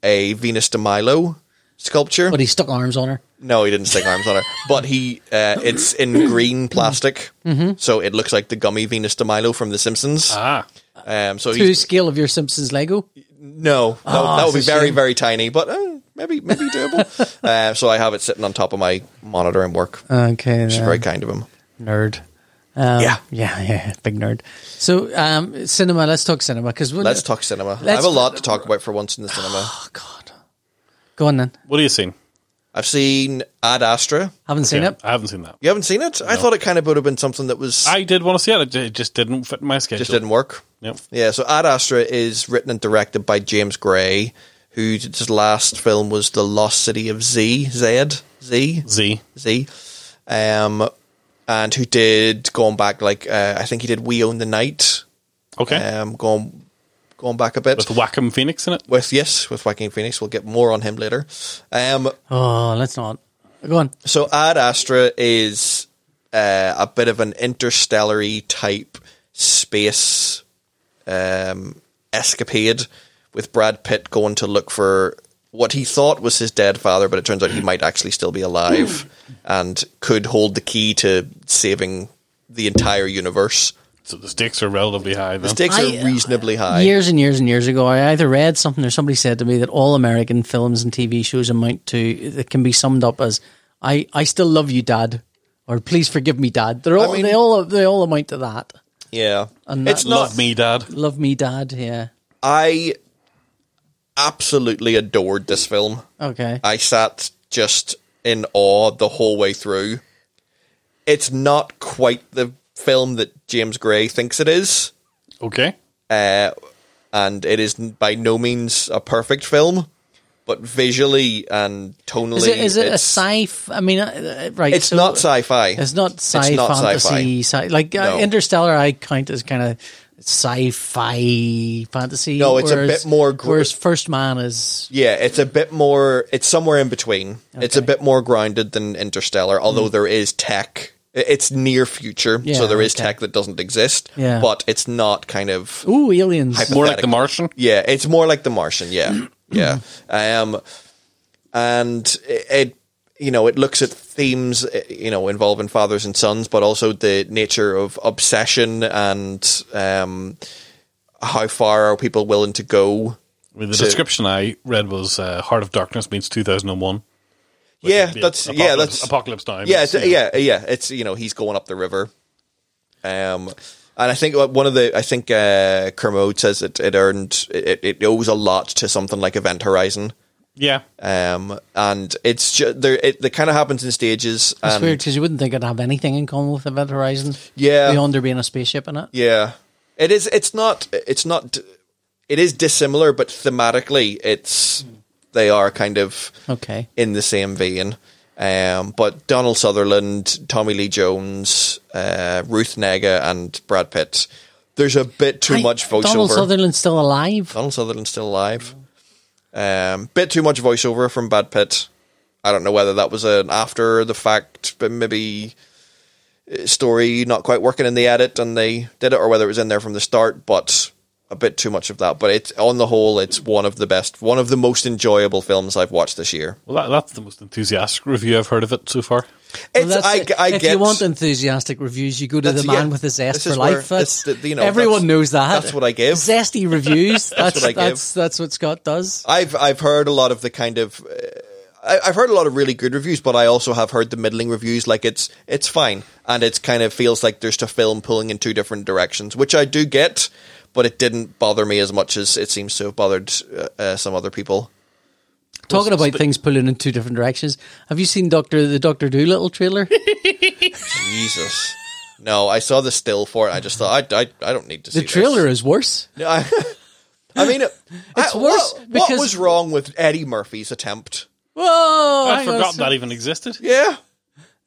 a Venus de Milo sculpture. But he stuck arms on her. no, he didn't stick arms on her, but he uh, it's in green plastic, so it looks like the gummy Venus de Milo from The Simpsons. Ah, um, so To the he's, scale of your Simpsons Lego. no, that, that it's would be a very shame. very tiny, but uh, maybe maybe doable. uh, so I have it sitting on top of my monitor and work. Okay. Which is very kind of him. nerd. Um, Yeah. yeah, yeah, big nerd. So, um, cinema. Let's talk cinema because Let's talk cinema. I Let's- have a lot to talk about for once in the cinema. Oh God, go on then. what are you seeing? I've seen Ad Astra. Haven't seen Yeah, it. I haven't seen that. You haven't seen it? I thought it kind of would have been something that was I did want to see it. It ju- It just didn't fit my schedule. just didn't work. Yep. Yeah, so Ad Astra is written and directed by James Gray, whose his last film was The Lost City of Z, Z, Z, Z. Z, um, and who did going back like uh, I think he did We Own the Night, Okay. um, going going back a bit With Wacom Phoenix in it. with yes with Joaquin Phoenix. We'll get more on him later. Um, Oh, let's not. Go on. so Ad Astra is uh, a bit of an interstellary type space um, escapade with Brad Pitt going to look for what he thought was his dead father, but it turns out he might actually still be alive and could hold the key to saving the entire universe. So the stakes are relatively high. Then. The stakes I- are reasonably high. Years and years and years ago, I either read something or somebody said to me that all American films and TV shows amount to that can be summed up as "I I still love you, Dad," or "Please forgive me, Dad." They're all mean- they all they all amount to that. yeah, And it's that- not Love me, Dad. Love me, Dad. Yeah. I absolutely adored this film. Okay. I sat just in awe the whole way through. It's not quite the film that James Gray thinks it is, Okay. uh, and it is n- by no means a perfect film, but visually and tonally, is it is it a it's, sci? I mean, uh, uh, right? it's so not sci-fi. It's not sci not fantasy. Sci- like uh, No. Interstellar, I count as kind of sci-fi fantasy. No, it's a bit more gr- whereas First Man is Yeah, it's a bit more. It's somewhere in between. It's a Okay. Mm. bit more grounded than Interstellar, although there is tech. I- It's near future, so Yeah, there is okay. tech that doesn't exist. Yeah. but it's not kind of ooh aliens. More like Pathetic. The Martian. Yeah, it's more like The Martian. Yeah, yeah. Um, and it, it, you know, it looks at themes, eh, you know, involving fathers and sons, but also the nature of obsession and um, how far are people willing to go. I mean, the So- description I read was uh, Heart of Darkness means 2001. which Yeah, would be that's apocalypse, yeah, that's apocalypse now. yeah, it's, yeah, yeah. It's you know, he's going up the river. Um, and I think what- one of the I think uh, Kermode says it, it earned it, it owes a lot to something like Event Horizon. yeah. um, and it's just there. It, it kind of happens in stages. um, It's and- weird because you wouldn't think it'd have anything in common with Event Horizon. Yeah. beyond there being a spaceship in it. Yeah, it is. It's not. It's not. It is dissimilar, but thematically, it's they are kind of Okay. in the same vein. Um, but Donald Sutherland, Tommy Lee Jones, uh, Ruth Nega, and Brad Pitt. There's a bit too Hey, much voiceover. Oh, Donald Sutherland's still alive. Donald Sutherland's still alive. Um, bit too much voiceover from Brad Pitt. I don't know whether that was an after the fact, but maybe uh, story not quite working in the edit, and they did it, or whether it was in there from the start, but a bit too much of that. But it's on the whole, it's one of the best, one of the most enjoyable films I've watched this year. Well, that, that's the most enthusiastic review I've heard of it so far. Well, It's, that's I, it. I if get you want enthusiastic reviews, you go to the That's- man yeah, with the zest this for is where- life. That's, this- the- you know, everyone that's- knows that. that's what I give. Zesty reviews. That's, that's what I give. That's, what Scott does. I've I've heard a lot of the kind of uh, I, I've heard a lot of really good reviews, but I also have heard the middling reviews. Like it's it's fine, and it's kind of feels like there's a film pulling in two different directions, which I do get, but it didn't bother me as much as it seems to have bothered uh, uh, some other people. Talking about things pulling in two different directions. Have you seen Doctor the Doctor Doolittle trailer? Jesus. No, I saw the still for it. I just thought I, I, I don't need to see the this. trailer is worse. No, I, I mean, it's It's worse What, because- was wrong with Eddie Murphy's attempt? Whoa! I I forgot was- that even existed. Yeah,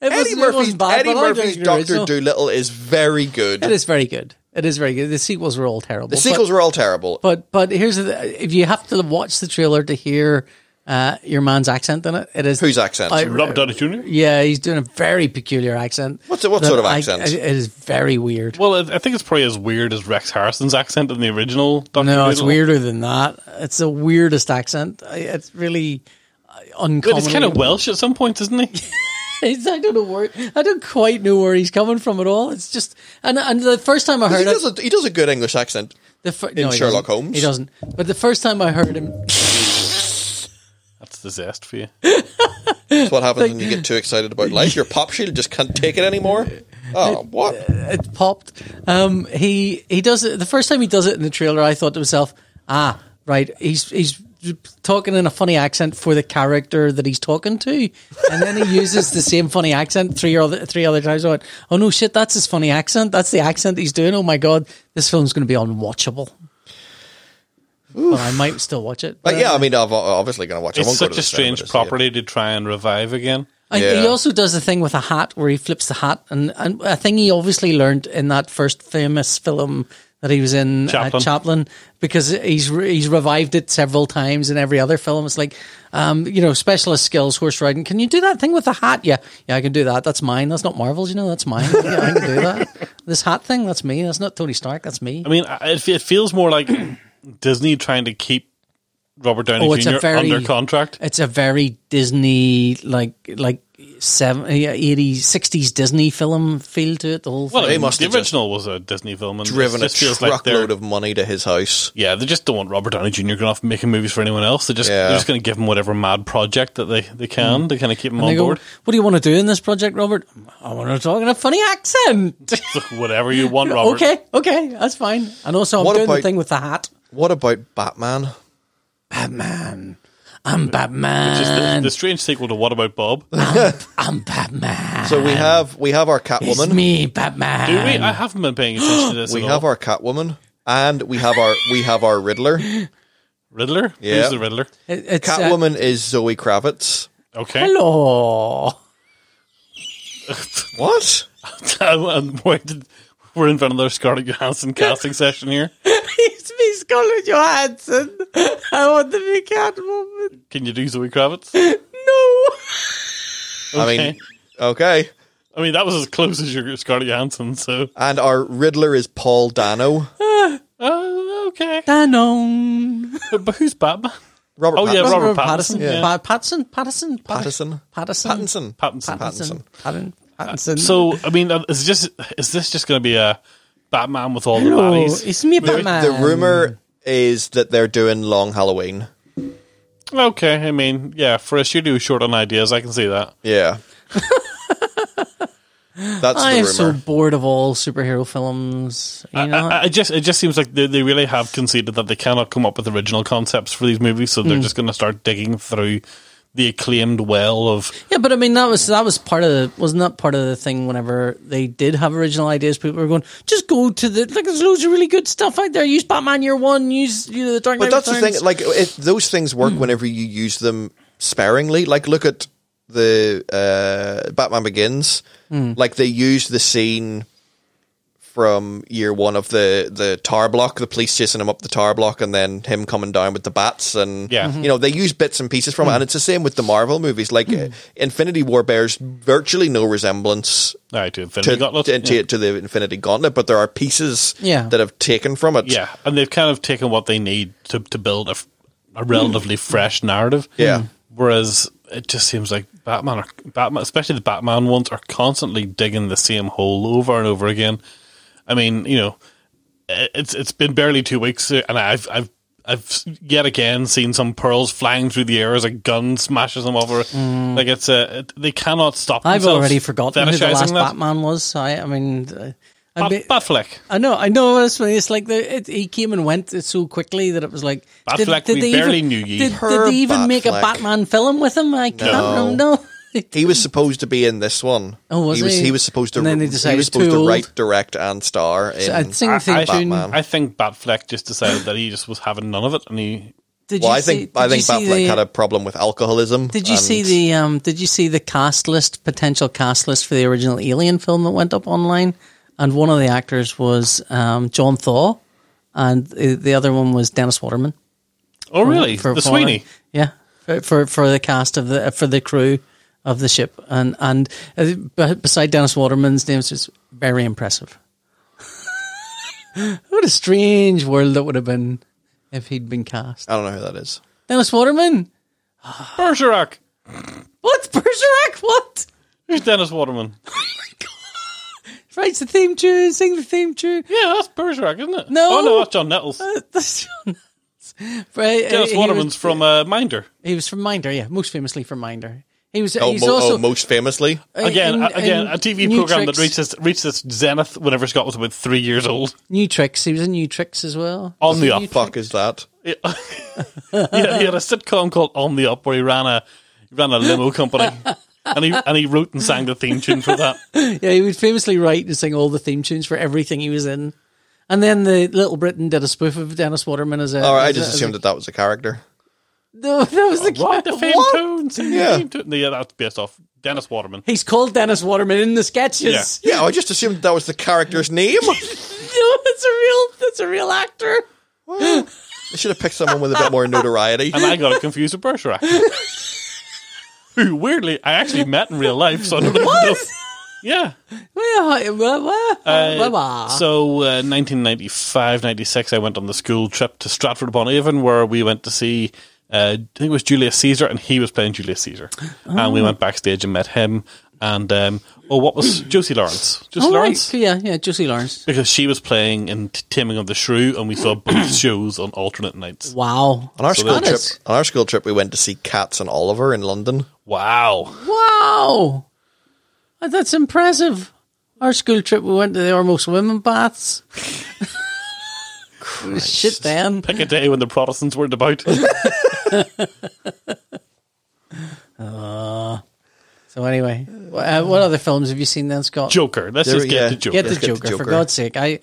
It Eddie wasn't- it Murphy's wasn't bad, Eddie but I liked Murphy's it in the original. Doctor Doolittle is very good. It is very good. It is very good. The sequels were all terrible. The sequels were all terrible. But but here's the, if you have to watch the trailer to hear uh, your man's accent in it, it is Whose accent? I- Robert Downey Jr. yeah, he's doing a very peculiar accent. What's it- what that sort of I- accent? I- it is very weird. Well, I I think it's probably as weird as Rex Harrison's accent in the original. Doctor No, it's Doolittle. weirder than that. It's the weirdest accent. I- It's really uh, But uncommon. it's kind of Welsh at some point, isn't he? It's- I don't know where. I don't quite know where he's coming from at all. It's just and and the first time I he heard it, does, a, he does a good English accent. the fir- in no, he Sherlock doesn't. Holmes. he doesn't. But the first time I heard him, That's the zest for you. That's what happens when you get too excited about life. Your pop shield just can't take it anymore. Oh, what? it popped. Um, he he does it the first time he does it in the trailer. I thought to myself, ah, right, he's he's talking in a funny accent for the character that he's talking to, and then he uses the same funny accent three other three other times. I went, oh no, shit, that's his funny accent. That's the accent he's doing. Oh my god, this film's going to be unwatchable. But I might still watch it. But yeah, I mean, I'm obviously going to watch. it. I won't It's go to such the a cinema strange to see it. property to try and revive again. And Yeah. he also does the thing with a hat where he flips the hat, and, and a thing he obviously learned in that first famous film that he was in, Chaplin. Uh, Chaplin, because he's re- he's revived it several times in every other film. It's like, um, you know, specialist skills, horse riding. Can you do that thing with the hat? Yeah, yeah, I can do that. That's mine. That's not Marvel's. You know, that's mine. Yeah, I can do that. This hat thing, that's me. That's not Tony Stark. That's me. I mean, I- it, fe- it feels more like Disney trying to keep Robert Downey Oh, it's a Jr. very- under contract. It's a very Disney like like. 70, 80, 60s Disney film feel to it. The whole thing. Well, Oh, They the must have just original was a Disney film, and Driven a it just feels like they're truckload of money to his house. yeah, they just don't want Robert Downey Jr. going off making movies for anyone else. They just Yeah. they're just going to give him whatever mad project that they, they can to kind of keep him Mm. And on they go, board. What do you want to do in this project, Robert? I want to talk in a funny accent. It's like, whatever you want, Robert. okay, okay, that's fine. And also, I'm What doing the about- thing with the hat. What about Batman? Batman. I'm Just the, Batman. the strange sequel to What About Bob? Do I'm Batman. So we have we have our it's Catwoman. me, we? Batman. I haven't been paying attention to this. We at have all. our Catwoman, and we have our we have our Riddler. Riddler. Yeah. Who's the Riddler? It- it's, uh, Catwoman is Zoe Kravitz. Okay. hello. What? I'm worried- We're in front of their Scarlett Johansson casting session here. it's me, Scarlett Johansson. I want to be Catwoman. Can you do Zoe Kravitz? No. I mean, okay. I mean, that was as close as your Scarlett Johansson. So And our Riddler is Paul Dano. uh, okay, Danone. but, but who's Batman? Robert Oh yeah, Pattinson. Robert Pattinson, Pattinson. yeah. Pa- Pattinson. Pattinson. Pattinson. Pattinson. Pattinson. Uh, Pattinson. Pattinson. Pattinson. Pattinson. So I mean, uh, is just is this just going to be a Batman with all the No, baddies? it's me, movie? Batman. The rumor is that they're doing Long Halloween. Okay, I mean, yeah, for a studio short on ideas, I can see that. Yeah. That's I am the so rumor. bored of all superhero films. You know, I, I just it just seems like they, they really Hmm. have conceded that they cannot come up with original concepts for these movies, so they're just going to start digging through the acclaimed well of Yeah, but I mean that was that was part of the wasn't that part of the thing whenever they did have original ideas, people were going, just go to the like there's loads of really good stuff out there. Use Batman Year One, use you know the Dark Knight. But that's the Returns. thing. Like it, those things work Hmm. whenever you use them sparingly. Like look at the uh, Batman Begins. Hmm. Like they used the scene from year one of the the tar block, the police chasing him up the tar block, and then him coming down with the bats. And Yeah. Hmm. Mhm. you know they use bits and pieces from it. And it's the same with the Marvel movies. Like Hmm. uh, Infinity War bears virtually no resemblance Aye, to Infinity to Gauntlet. to, to, to the Infinity Gauntlet, but there are pieces Yeah. that have taken from it. yeah, and they've kind of taken what they need to, to build a, f- a relatively fresh narrative. Hmm. Yeah. Whereas it just seems like Batman, are, Batman, especially the Batman ones, are constantly digging the same hole over and over again. I mean, you know, i- it's it's been barely two weeks, uh, and I've I've I've yet again seen some pearls flying through the air as a gun smashes them over. Like it's a it, they cannot stop. Hmm. I've themselves already forgotten who the fetishizing last that. Batman was. So I, I mean, uh, I, Bat, be, Batfleck. I know, I know. It's, funny, it's like the, it, he came and went so quickly that it was like Batfleck, we they barely even, knew ye. Did, did Herb they even make a Batfleck. Batman film with him? I can't know. No. He was supposed to be in this one. Oh, was he? Was, he? he was supposed to. And then they he was decided supposed too to old. write, direct, and star. In, I think- I, I, think, Oh. Batman. I think Batfleck just decided that he just was having none of it, and he Did well, you I see- think I did you think see Batfleck the- had a problem with alcoholism. Did you and- see the um? Did you see the cast list, potential cast list for the original Alien film that went up online? And one of the actors was um, John Thaw, and the the other one was Dennis Waterman. oh really the one- Sweeney. yeah, for, for for the cast of the for the crew of the ship, and and uh, be- beside Dennis Waterman's name is just very impressive. what a strange world that would have been if he'd been cast. I don't know who that is. Dennis Waterman, Bergerac. what Bergerac? What? Who's Dennis Waterman? writes the theme tune, sing the theme tune. Yeah, that's Bergerac, isn't it? No. Oh, no, that's John Nettles. That's right. uh, Dennis he Waterman's was, from uh, Minder. He was from Minder, yeah, most famously from Minder. He was. Oh, he's mo- also oh, most famously, Again, uh, in- a- again, in a TV New program that Tricks- reached its, reached its zenith whenever Scott was about three years old. New Tricks. He was in New Tricks as well. On the up. fuck is that? yeah, he had a sitcom called On the Up where he ran a he ran a limo company, and he and he wrote and sang the theme tune for that. Yeah, he would famously write and sing all the theme tunes for everything he was in. And then the Little Britain did a spoof of Dennis Waterman as a. All right, I as a- just as a- assumed that that was a character. No, that was the Write the theme What? tune, sing Yeah. the theme tune. Yeah, that's based off Dennis Waterman. He's called Dennis Waterman in the sketches. Yeah, I just assumed that was the character's name. no, that's a real. That's a real actor. I should have picked someone with a bit more notoriety. and I got it confused with Bergerac. Who, weirdly, I actually met in real life, so I don't even know. Yeah. Well, uh, well, well, Uh, well, well. So, uh, 1995, 96, I went on the school trip to Stratford upon Avon, where we went to see, uh, I think it was Julius Caesar, and he was playing Julius Caesar. Oh. And we went backstage and met him. And, um, oh, what was Josie Lawrence? Josie Oh, right. Lawrence? Yeah, yeah, Josie Lawrence. Because she was playing in T- Taming of the Shrew, and we saw both shows on alternate nights. Wow. On our So school that trip, is- on our school trip, we went to see Cats and Oliver in London. Wow. Wow. Uh, That's impressive. Our school trip, we went to the Ormos women baths. It was Shit, then. Pick a day when the Protestants weren't about. So, anyway, wh- uh, what other films have you seen then, Scott? Joker. Let's There- just get yeah. to Joker. Get the Let's get the Joker, for Joker. God's sake. I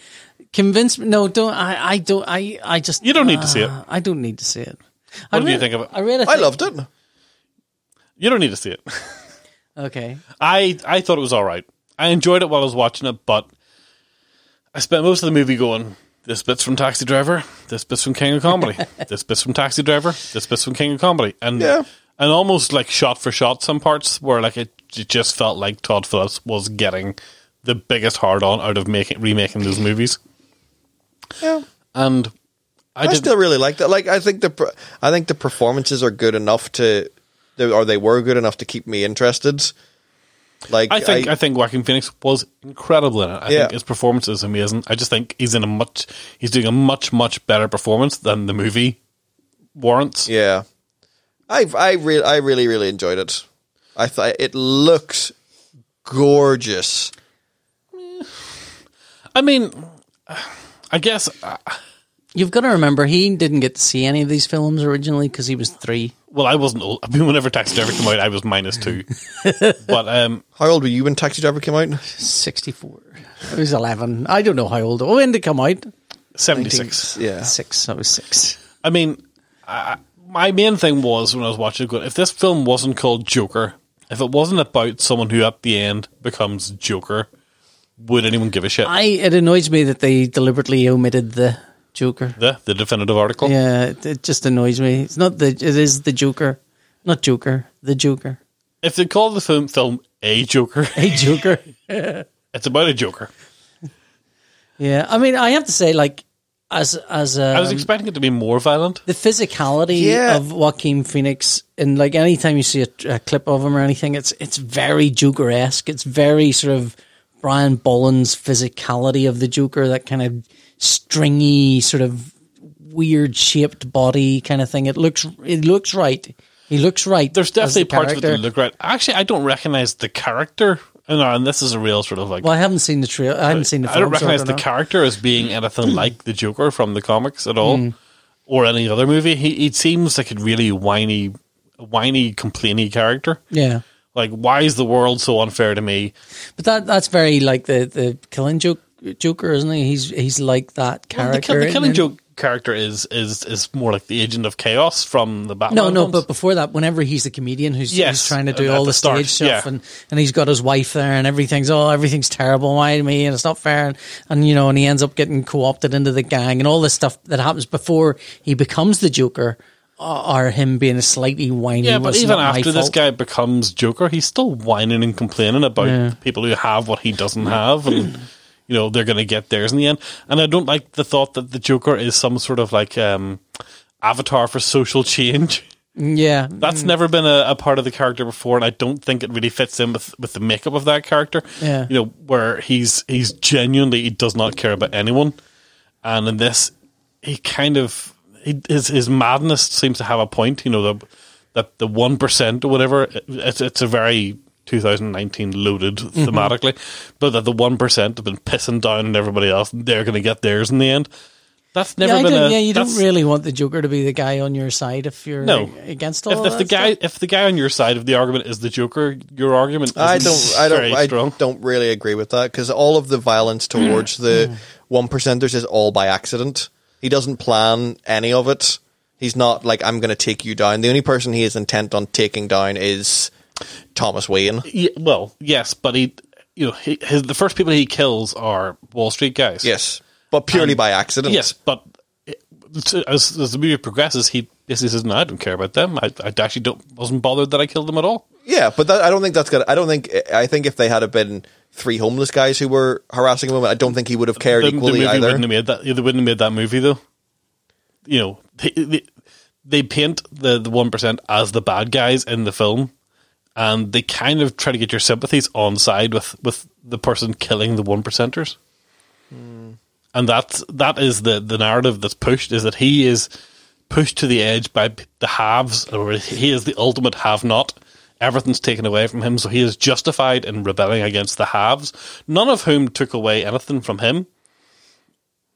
convince me. No, don't. I, I don't. I, I just. uh, You don't need to see it. I don't need to see it. What do you think of it? I read a I thing- loved it. You don't need to see it. Okay. I I thought it was all right. I enjoyed it while I was watching it, but I spent most of the movie going. This bit's from Taxi Driver. This bit's from King of Comedy. this bit's from Taxi Driver. This bit's from King of Comedy. And Yeah. and almost like shot for shot, some parts where like it, it just felt like Todd Phillips was getting the biggest hard on out of making remaking those movies. Yeah. And I, I didn't. still really like that. Like I think the per- I think the performances are good enough to, they- or they were good enough to keep me interested. Like I think I, think Joaquin Phoenix was incredible in it. I Yeah. think his performance is amazing. I just think he's in a much he's doing a much much better performance than the movie warrants. yeah, I I really I really really enjoyed it. I thought it looks gorgeous. I mean, I guess uh, You've got to remember, he didn't get to see any of these films originally because he was three. well, I wasn't old. I mean, whenever Taxi Driver came out, I was minus two. but um, How old were you when Taxi Driver came out? 64. I was 11. I don't know how old. Oh, when did it come out? 76. Yeah. Six. I was six. I mean, I, my main thing was when I was watching it, going, if this film wasn't called Joker, if it wasn't about someone who at the end becomes Joker, would anyone give a shit? I, it annoys me that they deliberately omitted the Joker. the, the definitive article. Yeah, it, it just annoys me. It's not the, it is the Joker. Not Joker, the Joker. If they call the film, film A Joker, Hey, Joker. it's about a Joker. yeah, I mean, I have to say, like, as, as, I was um, expecting it to be more violent. the physicality Yeah. of Joaquin Phoenix, and like anytime you see a, a clip of him or anything, it's it's very Joker esque. It's very sort of Brian Bolland's physicality of the Joker, that kind of stringy, sort of weird shaped body kind of thing. It looks it looks right. He looks right. There's as definitely the parts of it that character. look right. Actually, I don't recognize the character. And, and this is a real sort of like. Well, I haven't seen the trail. I haven't seen the. I don't film, so recognize the know. character as being anything like the Joker from the comics at Hmm. all, or any other movie. He, he seems like a really whiny, whiny, complainy character. Yeah, Like, why is the world so unfair to me? but that that's very like the the killing joke. Joker, isn't he? He's he's like that Well, character. the, kill- the in Killing it. Joke character is is is more like the agent of chaos from the Batman. No, no, films. but before that, whenever he's the comedian who's, who's Yes, trying to do at all the the, start, stage stuff yeah. and, and he's got his wife there and everything's oh everything's terrible, why me and it's not fair and, and you know and he ends up getting co opted into the gang and all this stuff that happens before he becomes the Joker or, or him being a slightly whiny. yeah, but "Well, it's even not my after this fault." guy becomes Joker, he's still whining and complaining about the people who have what he doesn't have, and you know they're going to get theirs in the end. And I don't like the thought that the Joker is some sort of like um, avatar for social change. yeah, That's never been a, a part of the character before, and I don't think it really fits in with, with the makeup of that character. Yeah. You know, where he's he's genuinely he does not care about anyone, and in this, he kind of he, his his madness seems to have a point. You know, the that the one percent or whatever. it- It's it's a very 2019 loaded Mm-hmm. thematically, but that the one percent have been pissing down on everybody else, and they're going to get theirs in the end. That's never yeah, I been don't, a yeah, you don't that's- really want the Joker to be the guy on your side if you're No. against all if, that if the guy stuff. if the guy on your side of the argument is the Joker, your argument is I don't, I very don't, I strong. Mm. don't really agree with that because all of the violence towards the one percenters is all by accident. He doesn't plan any of it. He's not like I'm going to take you down. The only person he is intent on taking down is Thomas Wayne. Yeah, well, yes, but he, you know, he, his, the first people he kills are Wall Street guys. Yes, but purely by accident. yes, but it- as, as the movie progresses, he basically says, "No, I don't care about them. I, I actually don't wasn't bothered that I killed them at all." Yeah, but that, I don't think that's gonna. I don't think. I think if they had have been three homeless guys who were harassing him, I don't think he would have cared The, the equally movie either. wouldn't have made that. They wouldn't have made that movie though. You know, they, they, they paint the the one percent as the bad guys in the film, and they kind of try to get your sympathies on side with with the person killing the one percenters. And that's that is the the narrative that's pushed is that he is pushed to the edge by p- the haves, or he is the ultimate have not. Everything's taken away from him, so he is justified in rebelling against the haves, none of whom took away anything from him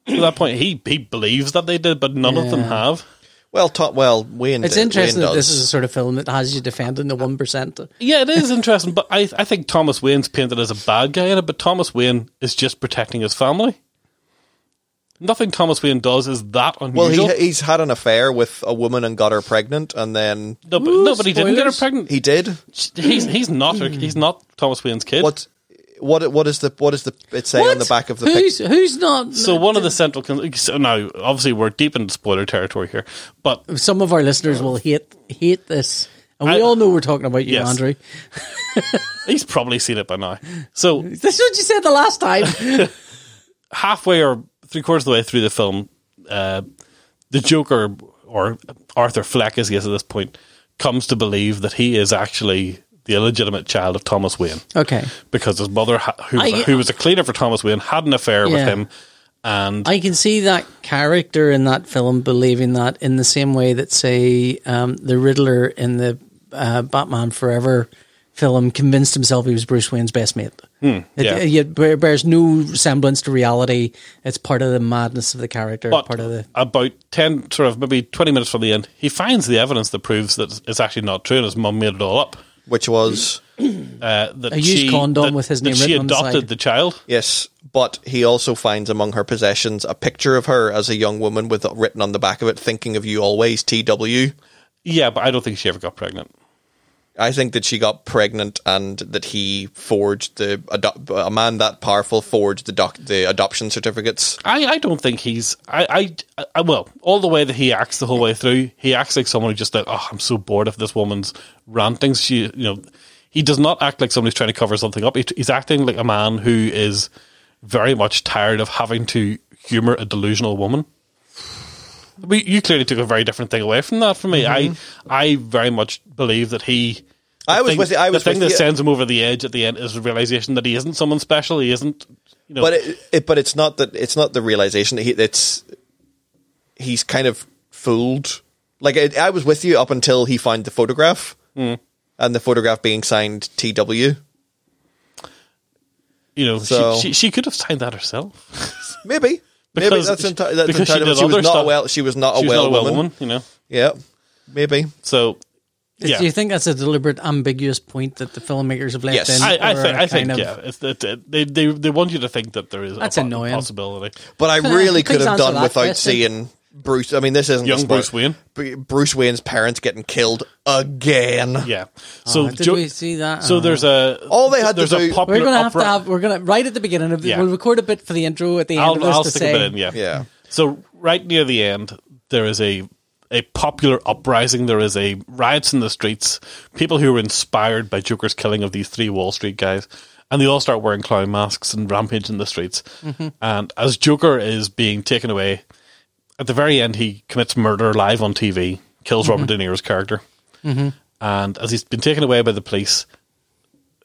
to that point, he he believes that they did, but none of them Yeah. have. Well, Tom, well, Wayne. It's did- interesting Wayne that this does. is a sort of film that has you defending the one percent. Yeah, it is interesting, but I I think Thomas Wayne's painted as a bad guy in it, but Thomas Wayne is just protecting his family. Nothing Thomas Wayne does is that Well, unusual. he, he's had an affair with a woman and got her pregnant, and then no, but, no, but he didn't get her spoilers. pregnant. he did. he's he's not he's not Thomas Wayne's kid. What? What? What is the? What is the? It say on the back of the who's picture. who's not So one of the central con- so now obviously we're deep into spoiler territory here, but some of our listeners will hate hate this, and we I- all know we're talking about you, Yes. Andrew. he's probably seen it by now. So This is what you said the last time. halfway or three quarters of the way through the film, uh, the Joker or Arthur Fleck, as he is at this point, comes to believe that he is actually the illegitimate child of Thomas Wayne okay, because his mother, ha- who, was I- who was a cleaner for Thomas Wayne, had an affair with Yeah. him, and I can see that character in that film believing that in the same way that say um, the Riddler in the uh, Batman Forever film convinced himself he was Bruce Wayne's best mate. It, Hmm, yeah. it, it bear- bears no semblance to reality. It's part of the madness of the character. But part of the about ten, sort of maybe twenty minutes from the end, he finds the evidence that proves that it's actually not true, and his mum made it all up. which was Uh, that A used she- condom that- with his that name She written on the adopted side. the child. yes. But he also finds among her possessions a picture of her as a young woman with written on the back of it, "Thinking of you always." T.W. Yeah, but I don't think she ever got pregnant. I think that she got pregnant and that he forged the ado- a man that powerful forged the doc- the adoption certificates. I, I don't think he's I, I I well all the way that he acts the whole way through he acts like someone who just like oh I'm so bored of this woman's rantings she you know he does not act like somebody's trying to cover something up He- he's acting like a man who is very much tired of having to humor a delusional woman. We, you clearly took a very different thing away from that for me. I I very much believe that he. the Mm-hmm. I was with you- I was the thing with that you. sends him over the edge at the end is the realization that he isn't someone special. He isn't, you know. But it, it but it's not that it's not the realization that he it's he's kind of fooled. Like it, I was with you up until he found the photograph Hmm. and the photograph being signed T.W. You know, So- she, she, she could have signed that herself. Maybe. Maybe Because that's, she- enti- that's because she entirely. did She, was other not a stuff. well. She was not a She was well not a well woman. woman. you know. Yeah, maybe. So, yeah, Do you think that's a deliberate, ambiguous point that the filmmakers have left Yes. in? I, I or think, a I think kind of- yeah, it's that uh, they, they they want you to think that there is That's a po- annoying. possibility. But I really could Please have answer done that without question. seeing Bruce. I mean, this isn't Young a spoiler. Bruce Wayne. B- Bruce Wayne's parents getting killed again. Yeah. So Oh, did Jo- we see that? Oh. So there's a All they had to there's do- a popular We're gonna have upri- to have. We're gonna right at the beginning of. the Yeah. We'll record a bit for the intro at the end of I'll, this I'll to stick say. a bit in. Yeah. Yeah. So right near the end, there is a a popular uprising. There is a riots in the streets. People who were inspired by Joker's killing of these three Wall Street guys, and they all start wearing clown masks and rampage in the streets. Mm-hmm. And as Joker is being taken away, at the very end, he commits murder live on TV, kills Mm-hmm. Robert De Niro's character. And as he's been taken away by the police,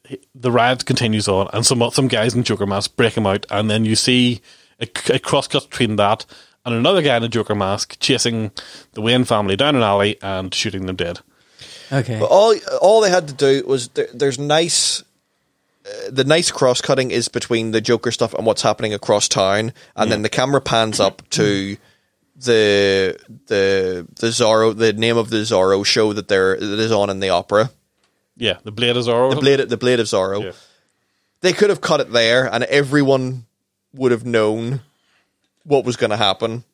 he- the riot continues on, and some some guys in Joker mask break him out, and then you see a, c- a cross cut between that and another guy in a Joker mask chasing the Wayne family down an alley and shooting them dead. Okay. But all all they had to do was there, there's nice. uh, The nice cross cutting is between the Joker stuff and what's happening across town, Mm. and then the camera pans up to the the the Zorro, the name of the Zorro show that there that is on in the opera, Yeah, the blade is all the blade the blade of Zorro. Yeah. They could have cut it there, and everyone would have known what was going to happen.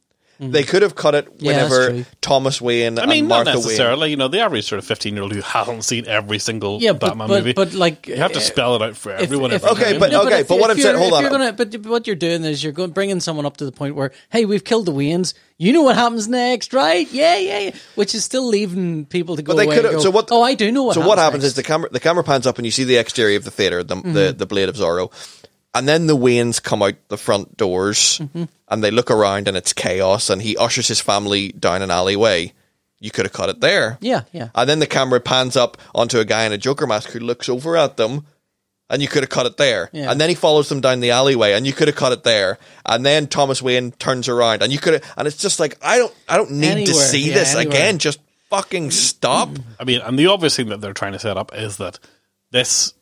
They could have cut it Yeah, that's whenever true. Thomas Wayne Mm-hmm. I mean, and not Martha Wayne necessarily. You know, the average sort of fifteen-year-old who hasn't seen every single yeah, but, Batman but, movie, but like you have to uh, spell it out for if- everyone. if- every Okay, time. but- No, okay, if- but if what I'm saying- you're- hold if on. You're gonna, but what you're doing is you're going bringing someone up to the point where, hey, we've killed the Waynes. You know what happens next, right? Yeah, yeah, yeah. Which is still leaving people to go they away. coulda- and go, so what- Oh, I do know what. so happens what next. happens Mm-hmm. is the camera the camera pans up and you see the exterior of the theater, the the, the Blade of Zorro, and then the Waynes come out the front doors Mm-hmm. and they look around and it's chaos. And he ushers his family down an alleyway. You could have cut it there. Yeah, yeah. And then the Uh, camera pans up onto a guy in a Joker mask who looks over at them, and you could have cut it there. Yeah. And then he follows them down the alleyway, and you could have cut it there. And then Thomas Wayne turns around, and you could. have And it's just like I don't, I don't need to Anywhere, see yeah, this anywhere. Mm-hmm. again. Just fucking stop. I mean, and the obvious thing that they're trying to set up is that this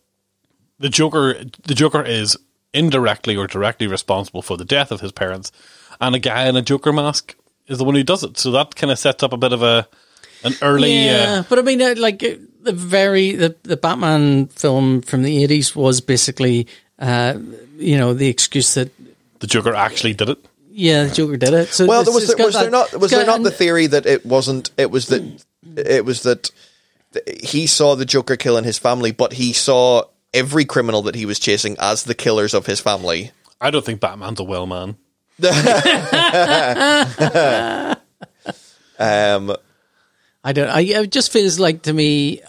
the Joker the Joker is indirectly or directly responsible for the death of his parents, and a guy in a Joker mask is the one who does it. So that kind of sets up a bit of a an early Yeah, uh, but I mean, uh, like uh, the very the the Batman film from the eighties was basically, uh, you know, the excuse that the Joker actually did it. yeah, the Joker did it. So Well, it's- there was, it's there, got was there that- not was it's there got- not the theory that it wasn't? It was that it was that th- he saw the Joker killing his family, but he saw every criminal that he was chasing as the killers of his family. I don't think Batman's a well man. Um, I don't. I it just feels like to me,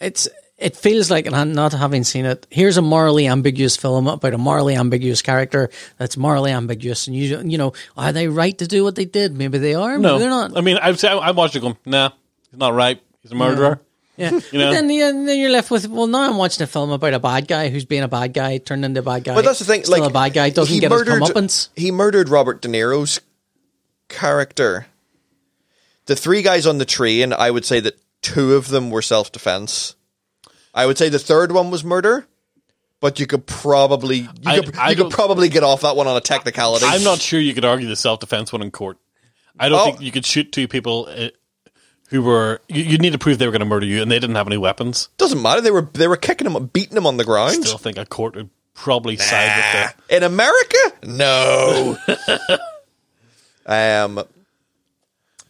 it's it feels like, and I'm not having seen it. Here's a morally ambiguous film about a morally ambiguous character that's morally ambiguous, and you you know, are they right to do what they did? Maybe they are. Maybe No, they're not. I mean, I've I, I watched it going, nah, he's not right. He's a murderer. yeah. know. But then, yeah, and then you're left with well, now I'm watching a film about a bad guy who's being a bad guy, turned into a bad guy. but that's the thing. still like a bad guy doesn't he get murdered, his comeuppance. He murdered Robert De Niro's character. The three guys on the train. I would say that two of them were self defense. I would say the third one was murder, but you could probably you I- could, I you could don't- probably get off that one on a technicality. I'm not sure you could argue the self defense one in court. I don't Oh. think you could shoot two people uh, who were. You, you'd need to prove they were going to murder you, and they didn't have any weapons. Doesn't matter. They were they were kicking him, beating him on the I ground. still think a court would probably side with Ah, the. in America? No. um,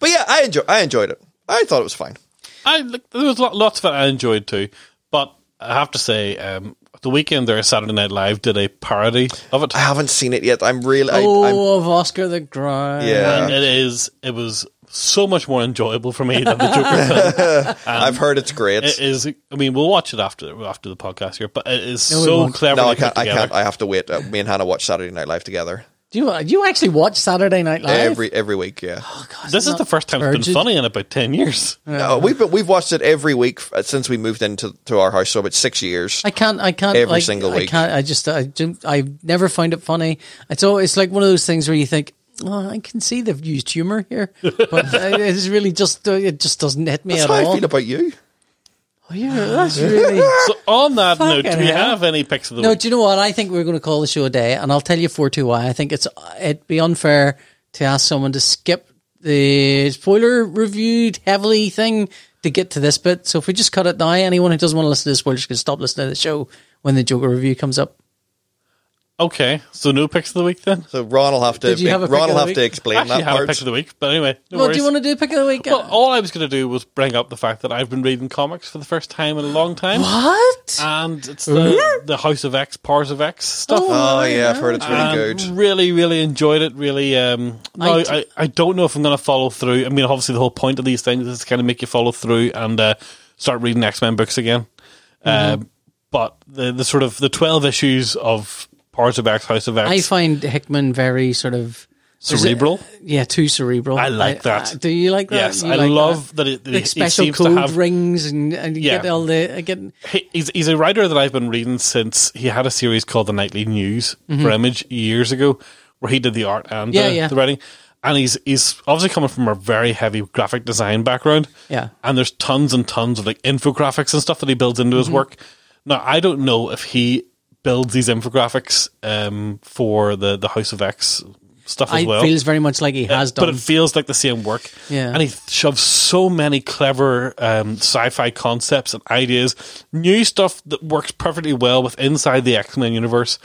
but yeah, I enjoy. I enjoyed it. I thought it was fine. I look, there was lot, lots of it I enjoyed too, but I have to say, um, the weekend there, Saturday Night Live did a parody of it. I haven't seen it yet. I'm really. I, I'm, oh, of Oscar the Grouch. Yeah. and it is it was so much more enjoyable for me than the Joker film. I've heard it's great. It is. I mean, we'll watch it after after the podcast here, but it is No, we so won't. cleverly no, I put can't. I together. can't. I have to wait. Uh, me and Hannah watch Saturday Night Live together Do you do you actually watch Saturday Night Live? Oh, every every week. Yeah, This is the first time it's urgent. been funny in about ten years. No, we've been, we've watched it every week f- since we moved into to our house. So about six years. I can't. I can't. Every like, single I week. can't. I just. I. don't- I never find it funny. It's all. It's like one of those things where you think, oh, I can see they've used humor here, but uh, it's really just. Uh, it just doesn't hit me That's at how all. I feel about you. Oh, yeah, that's really. So on that note, do Fucking we hell. have any picks of the No, week? do you know what? I think we're going to call the show a day, and I'll tell you four two why. I think it's it'd be unfair to ask someone to skip the spoiler reviewed heavily thing to get to this bit. So if we just cut it now, anyone who doesn't want to listen to the spoilers can stop listening to the show when the Joker review comes up. Okay, so no picks of the week then. So Ron will have to. Did you have a pick Ron of will the have week? to I explain actually that have a part. pick of the week, but anyway, no Well, worries. do you want to do pick of the week? well, all I was going to do was bring up the fact that I've been reading comics for the first time in a long time, what? and it's the, the House of X, Powers of X stuff. Oh yeah, I've heard it's really Um, And good. Really, really enjoyed it. Really, um, no, I I, d- I, I don't know if I'm going to follow through. I mean, obviously, the whole point of these things is to kind of make you follow through and uh, start reading X Men books again. Mm-hmm. Um, but the the sort of the twelve issues of Powers of X, House of X, I find Hickman very sort of there's a- cerebral. yeah, too cerebral. I like that. I- uh, do you like that? Yes, You I like love that, it, The it, it special seems code to have. rings and, and you Yeah. get all the I get he- he's, he's a writer that I've been reading since he had a series called The Nightly News for Image years ago, where he did the art and Mm-hmm. Yeah, the, yeah. the writing. And he's he's obviously coming from a very heavy graphic design background. Yeah. and there's tons and tons of like infographics and stuff that he builds into his Mm-hmm. work. Now I don't know if he builds these infographics um, for the the House of X stuff as I well. feels very much like he has done. But it feels like the same work. Yeah. And he shoves so many clever um, sci fi concepts and ideas, new stuff that works perfectly well with inside the X Men universe,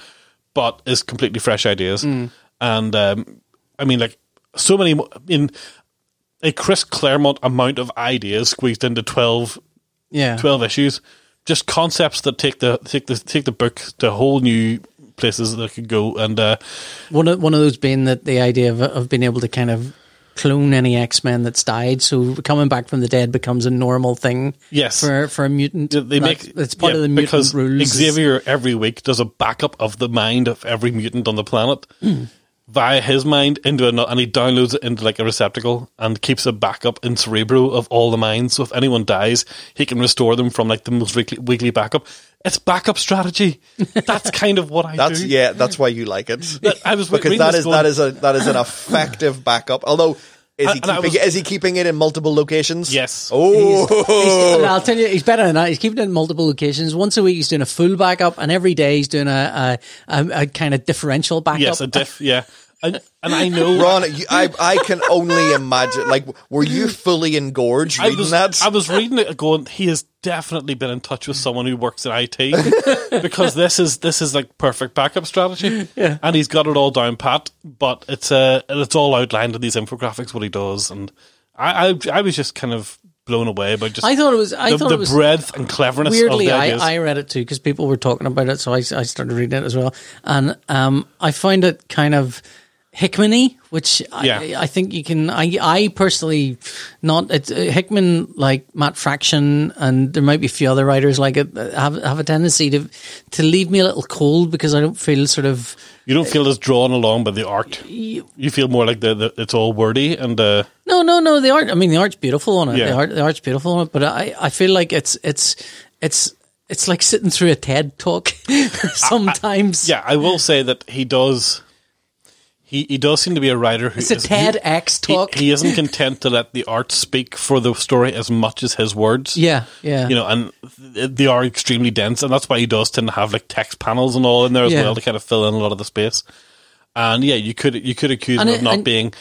but is completely fresh ideas. Mm. And um, I mean, like, so many mo- in a Chris Claremont amount of ideas squeezed into 12 yeah. 12 issues just concepts that take the take the take the book to whole new places that it could go and uh One of one of those being that the idea of of being able to kind of clone any X Men that's died, so coming back from the dead becomes a normal thing. Yes. for for a mutant, Th- they That's- make it's part yeah, of the mutant because rules. is- Xavier every week does a backup of the mind of every mutant on the planet via his mind into another, and he downloads it into like a receptacle and keeps a backup in Cerebro of all the minds. So if anyone dies, he can restore them from like the most weekly, weekly backup. It's backup strategy. That's kind of what I That's do. yeah. That's why you like it. That- I was because reading that this is going- that is a that is an effective backup. Although is he And- and I keeping, was- is he keeping it in multiple locations? Yes. Oh, He's- and I'll tell you, he's better than that. He's keeping it in multiple locations. Once a week, he's doing a full backup, and every day he's doing a a, a, a kind of differential backup. Yes, a diff. Yeah, and, and I know Ron, you, I I can only imagine. Like, were you fully engorged I reading was, that? I was reading it going, he has definitely been in touch with someone who works in IT because this is this is like perfect backup strategy. Yeah. And he's got it all down pat, but it's uh, it's all outlined in these infographics what he does and I I, I was just kind of blown away by just I thought it was. I the, thought the it was breadth and cleverness weirdly of the ideas. I, I read it too because people were talking about it so I, I started reading it as well and um, i find it kind of hickman-y which I, Yeah. I think you can i, I personally not it's, uh, hickman like matt fraction and there might be a few other writers like it that have, have a tendency to to leave me a little cold because i don't feel sort of you don't feel as drawn along by the art. You feel more like the, the it's all wordy and uh, No, no, no. The art. I mean, the art's beautiful on it. Yeah. The art. The art's beautiful on it. But I, I feel like it's, it's, it's, it's like sitting through a TED talk sometimes. yeah, I will say that he does. he, he does seem to be a writer who It's a is- TEDx he- talk. He, isn't content to let the art speak for the story as much as his words. yeah, yeah. You know, and th- they are extremely dense, and that's why he does tend to have like text panels and all in there as Yeah. well to kind of fill in a lot of the space. And yeah, you could you could accuse And him it- of not and- being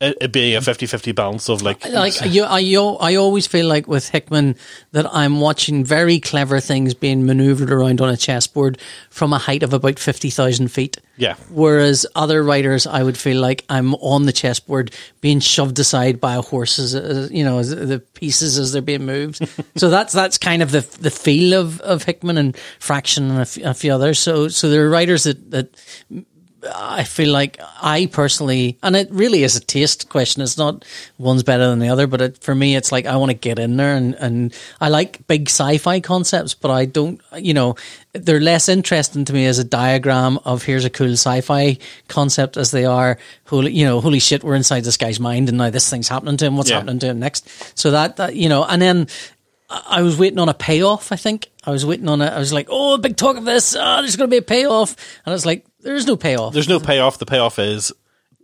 it, it being a 50-50 balance of like like you, I, you, I always feel like with Hickman that I'm watching very clever things being maneuvered around on a chessboard from a height of about fifty thousand feet. Yeah. Whereas other writers, I would feel like I'm on the chessboard being shoved aside by a horse, as, as you know, as the pieces as they're being moved. so that's that's kind of the the feel of, of Hickman and Fraction and a f- a few others. So so there are writers that that I feel like I personally, and it really is a taste question. It's not one's better than the other, but it, for me, it's like I want to get in there and, and I like big sci fi concepts, but I don't, you know, they're less interesting to me as a diagram of here's a cool sci fi concept as they are, holy, you know, holy shit, we're inside this guy's mind and now this thing's happening to him. What's Yeah. happening to him next? So that, that, you know, and then I was waiting on a payoff. I think I was waiting on it. I was like, "Oh, big talk of this. Ah, there's going to be a payoff," and it's like, "There is no payoff." there's no payoff. The payoff is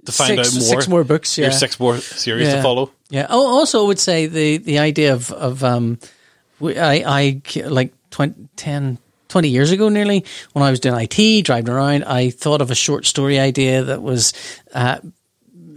to find Six- out more. six more books, yeah. There's six more series to follow. Yeah. Oh, also, I would say the the idea of of um, we- I I like 20, 10, 20 years ago, nearly when I was doing IT, driving around, I thought of a short story idea that was uh,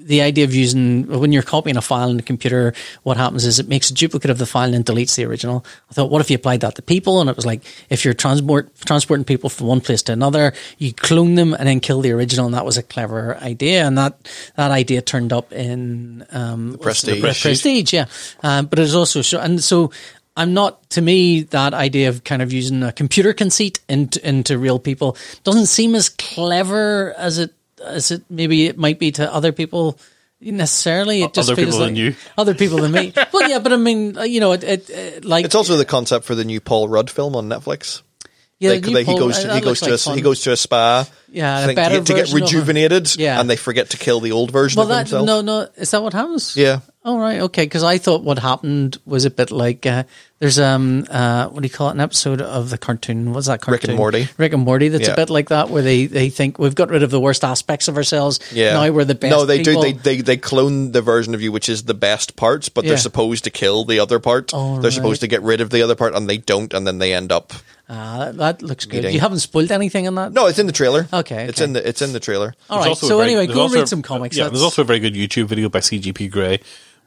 the idea of using when you're copying a file in the computer, what happens is it makes a duplicate of the file and then deletes the original. I thought, what if you applied that to people? And it was like, if you're transport transporting people from one place to another, you clone them and then kill the original. And that was a clever idea. And that that idea turned up in um, Prestige. Pre- prestige, yeah. Um, but it's also so, and so I'm not to me that idea of kind of using a computer conceit into into real people doesn't seem as clever as it as it maybe it might be to other people necessarily. It just Other feels people like than you. other people than me. well, yeah, but I mean, uh, you know, it, it, it like It's also the concept for the new Paul Rudd film on Netflix. yeah, like, you like he pull- goes uh, to that he goes looks to like a, fun. he goes to a spa. Yeah, a think, better to, get, to get version of him. rejuvenated. Yeah. and they forget to kill the old version Well, of that himself. no, no, is that what happens? Yeah. All Oh, right, okay. Because I thought what happened was a bit like uh, there's um uh what do you call it an episode of the cartoon? What's that cartoon? Rick and Morty. Rick and Morty. That's a Yeah. bit like that where they they think we've got rid of the worst aspects of ourselves. Yeah, Now we're the best. No, they people. do. They, they they clone the version of you which is the best parts, but Yeah. they're supposed to kill the other part. All they're right. supposed to get rid of the other part, and they don't, and then they end up. Ah, that, that looks good. Meeting. You haven't spoiled anything on that. No, it's in the trailer. Okay, it's okay. in the it's in the trailer. All There's right. also a So very- anyway, there's go also- read some comics. Yeah, That's- there's also a very good YouTube video by CGP Grey,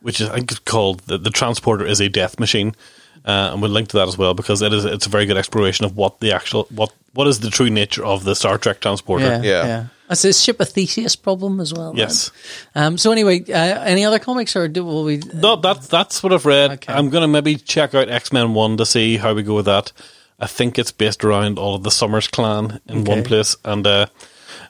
which is I think it's called "The, the Transporter is a Death Machine," uh, and we'll link to that as well because it is it's a very good exploration of what the actual what what is the true nature of the Star Trek transporter. yeah, Yeah. yeah. That's a ship of Theseus problem as well. Yes. man. Um, so anyway, uh, any other comics or do, will we? No, that that's what I've read. Okay. I'm gonna maybe check out X Men One to see how we go with that. I think it's based around all of the Summers clan in one Okay. place, and uh,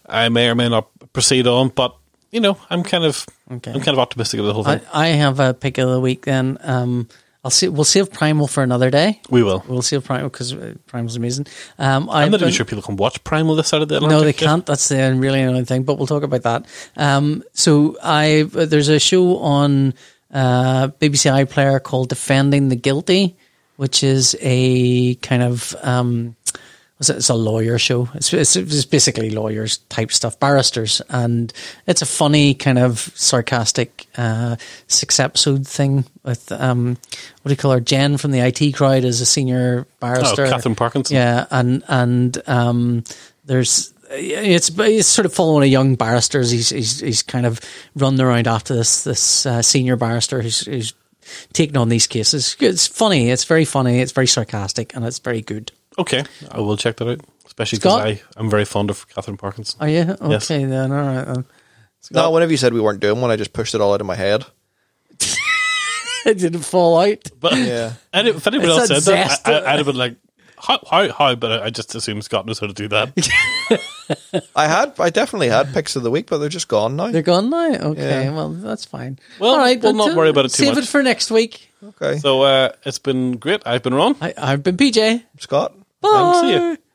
I may or may not proceed on. But you know, I'm kind of Okay. I'm kind of optimistic of the whole thing. I, I have a pick of the week. Then um, I'll see. We'll save Primal for another day. we will. We'll save Primal because Primal's uh, amazing. Um, I'm I've not even been- sure people can watch Primal this side of the Atlantic. No, they yet. can't. That's the really annoying thing. But we'll talk about that. Um, so I there's a show on uh, BBC iPlayer called "Defending the Guilty," which is a kind of um, was it- it's a lawyer show. It's, it's, it's basically lawyers type stuff, barristers, and it's a funny kind of sarcastic uh, six episode thing with um, what do you call her? Jen from the IT crowd is a senior barrister. Oh, Catherine Parkinson. uh, Yeah, yeah, and and um, there's it's it's sort of following a young barrister. as He's he's he's kind of running around after this this uh, senior barrister who's who's taking on these cases. It's funny. It's very funny. It's very sarcastic, and it's very good. Okay, I will check that out. Especially Scott? because I'm very fond of Catherine Parkinson. Are you Oh, okay Yes. then? All right. Then. No, whenever you said we weren't doing one, I just pushed it all out of my head. It didn't fall out. But Yeah. and if anyone It's else that said that, zest. I, I, I'd have been like, how, how, how? But I just assume Scott knows how to do that. I had I definitely had picks of the week, but they're just gone now. They're gone now. Okay, Yeah. well that's fine. Well, All right, we'll well, not worry about it too Save much. it for next week. okay, So uh, it's been great. I've been Ron. I, I've been PJ. Scott. Bye. see you.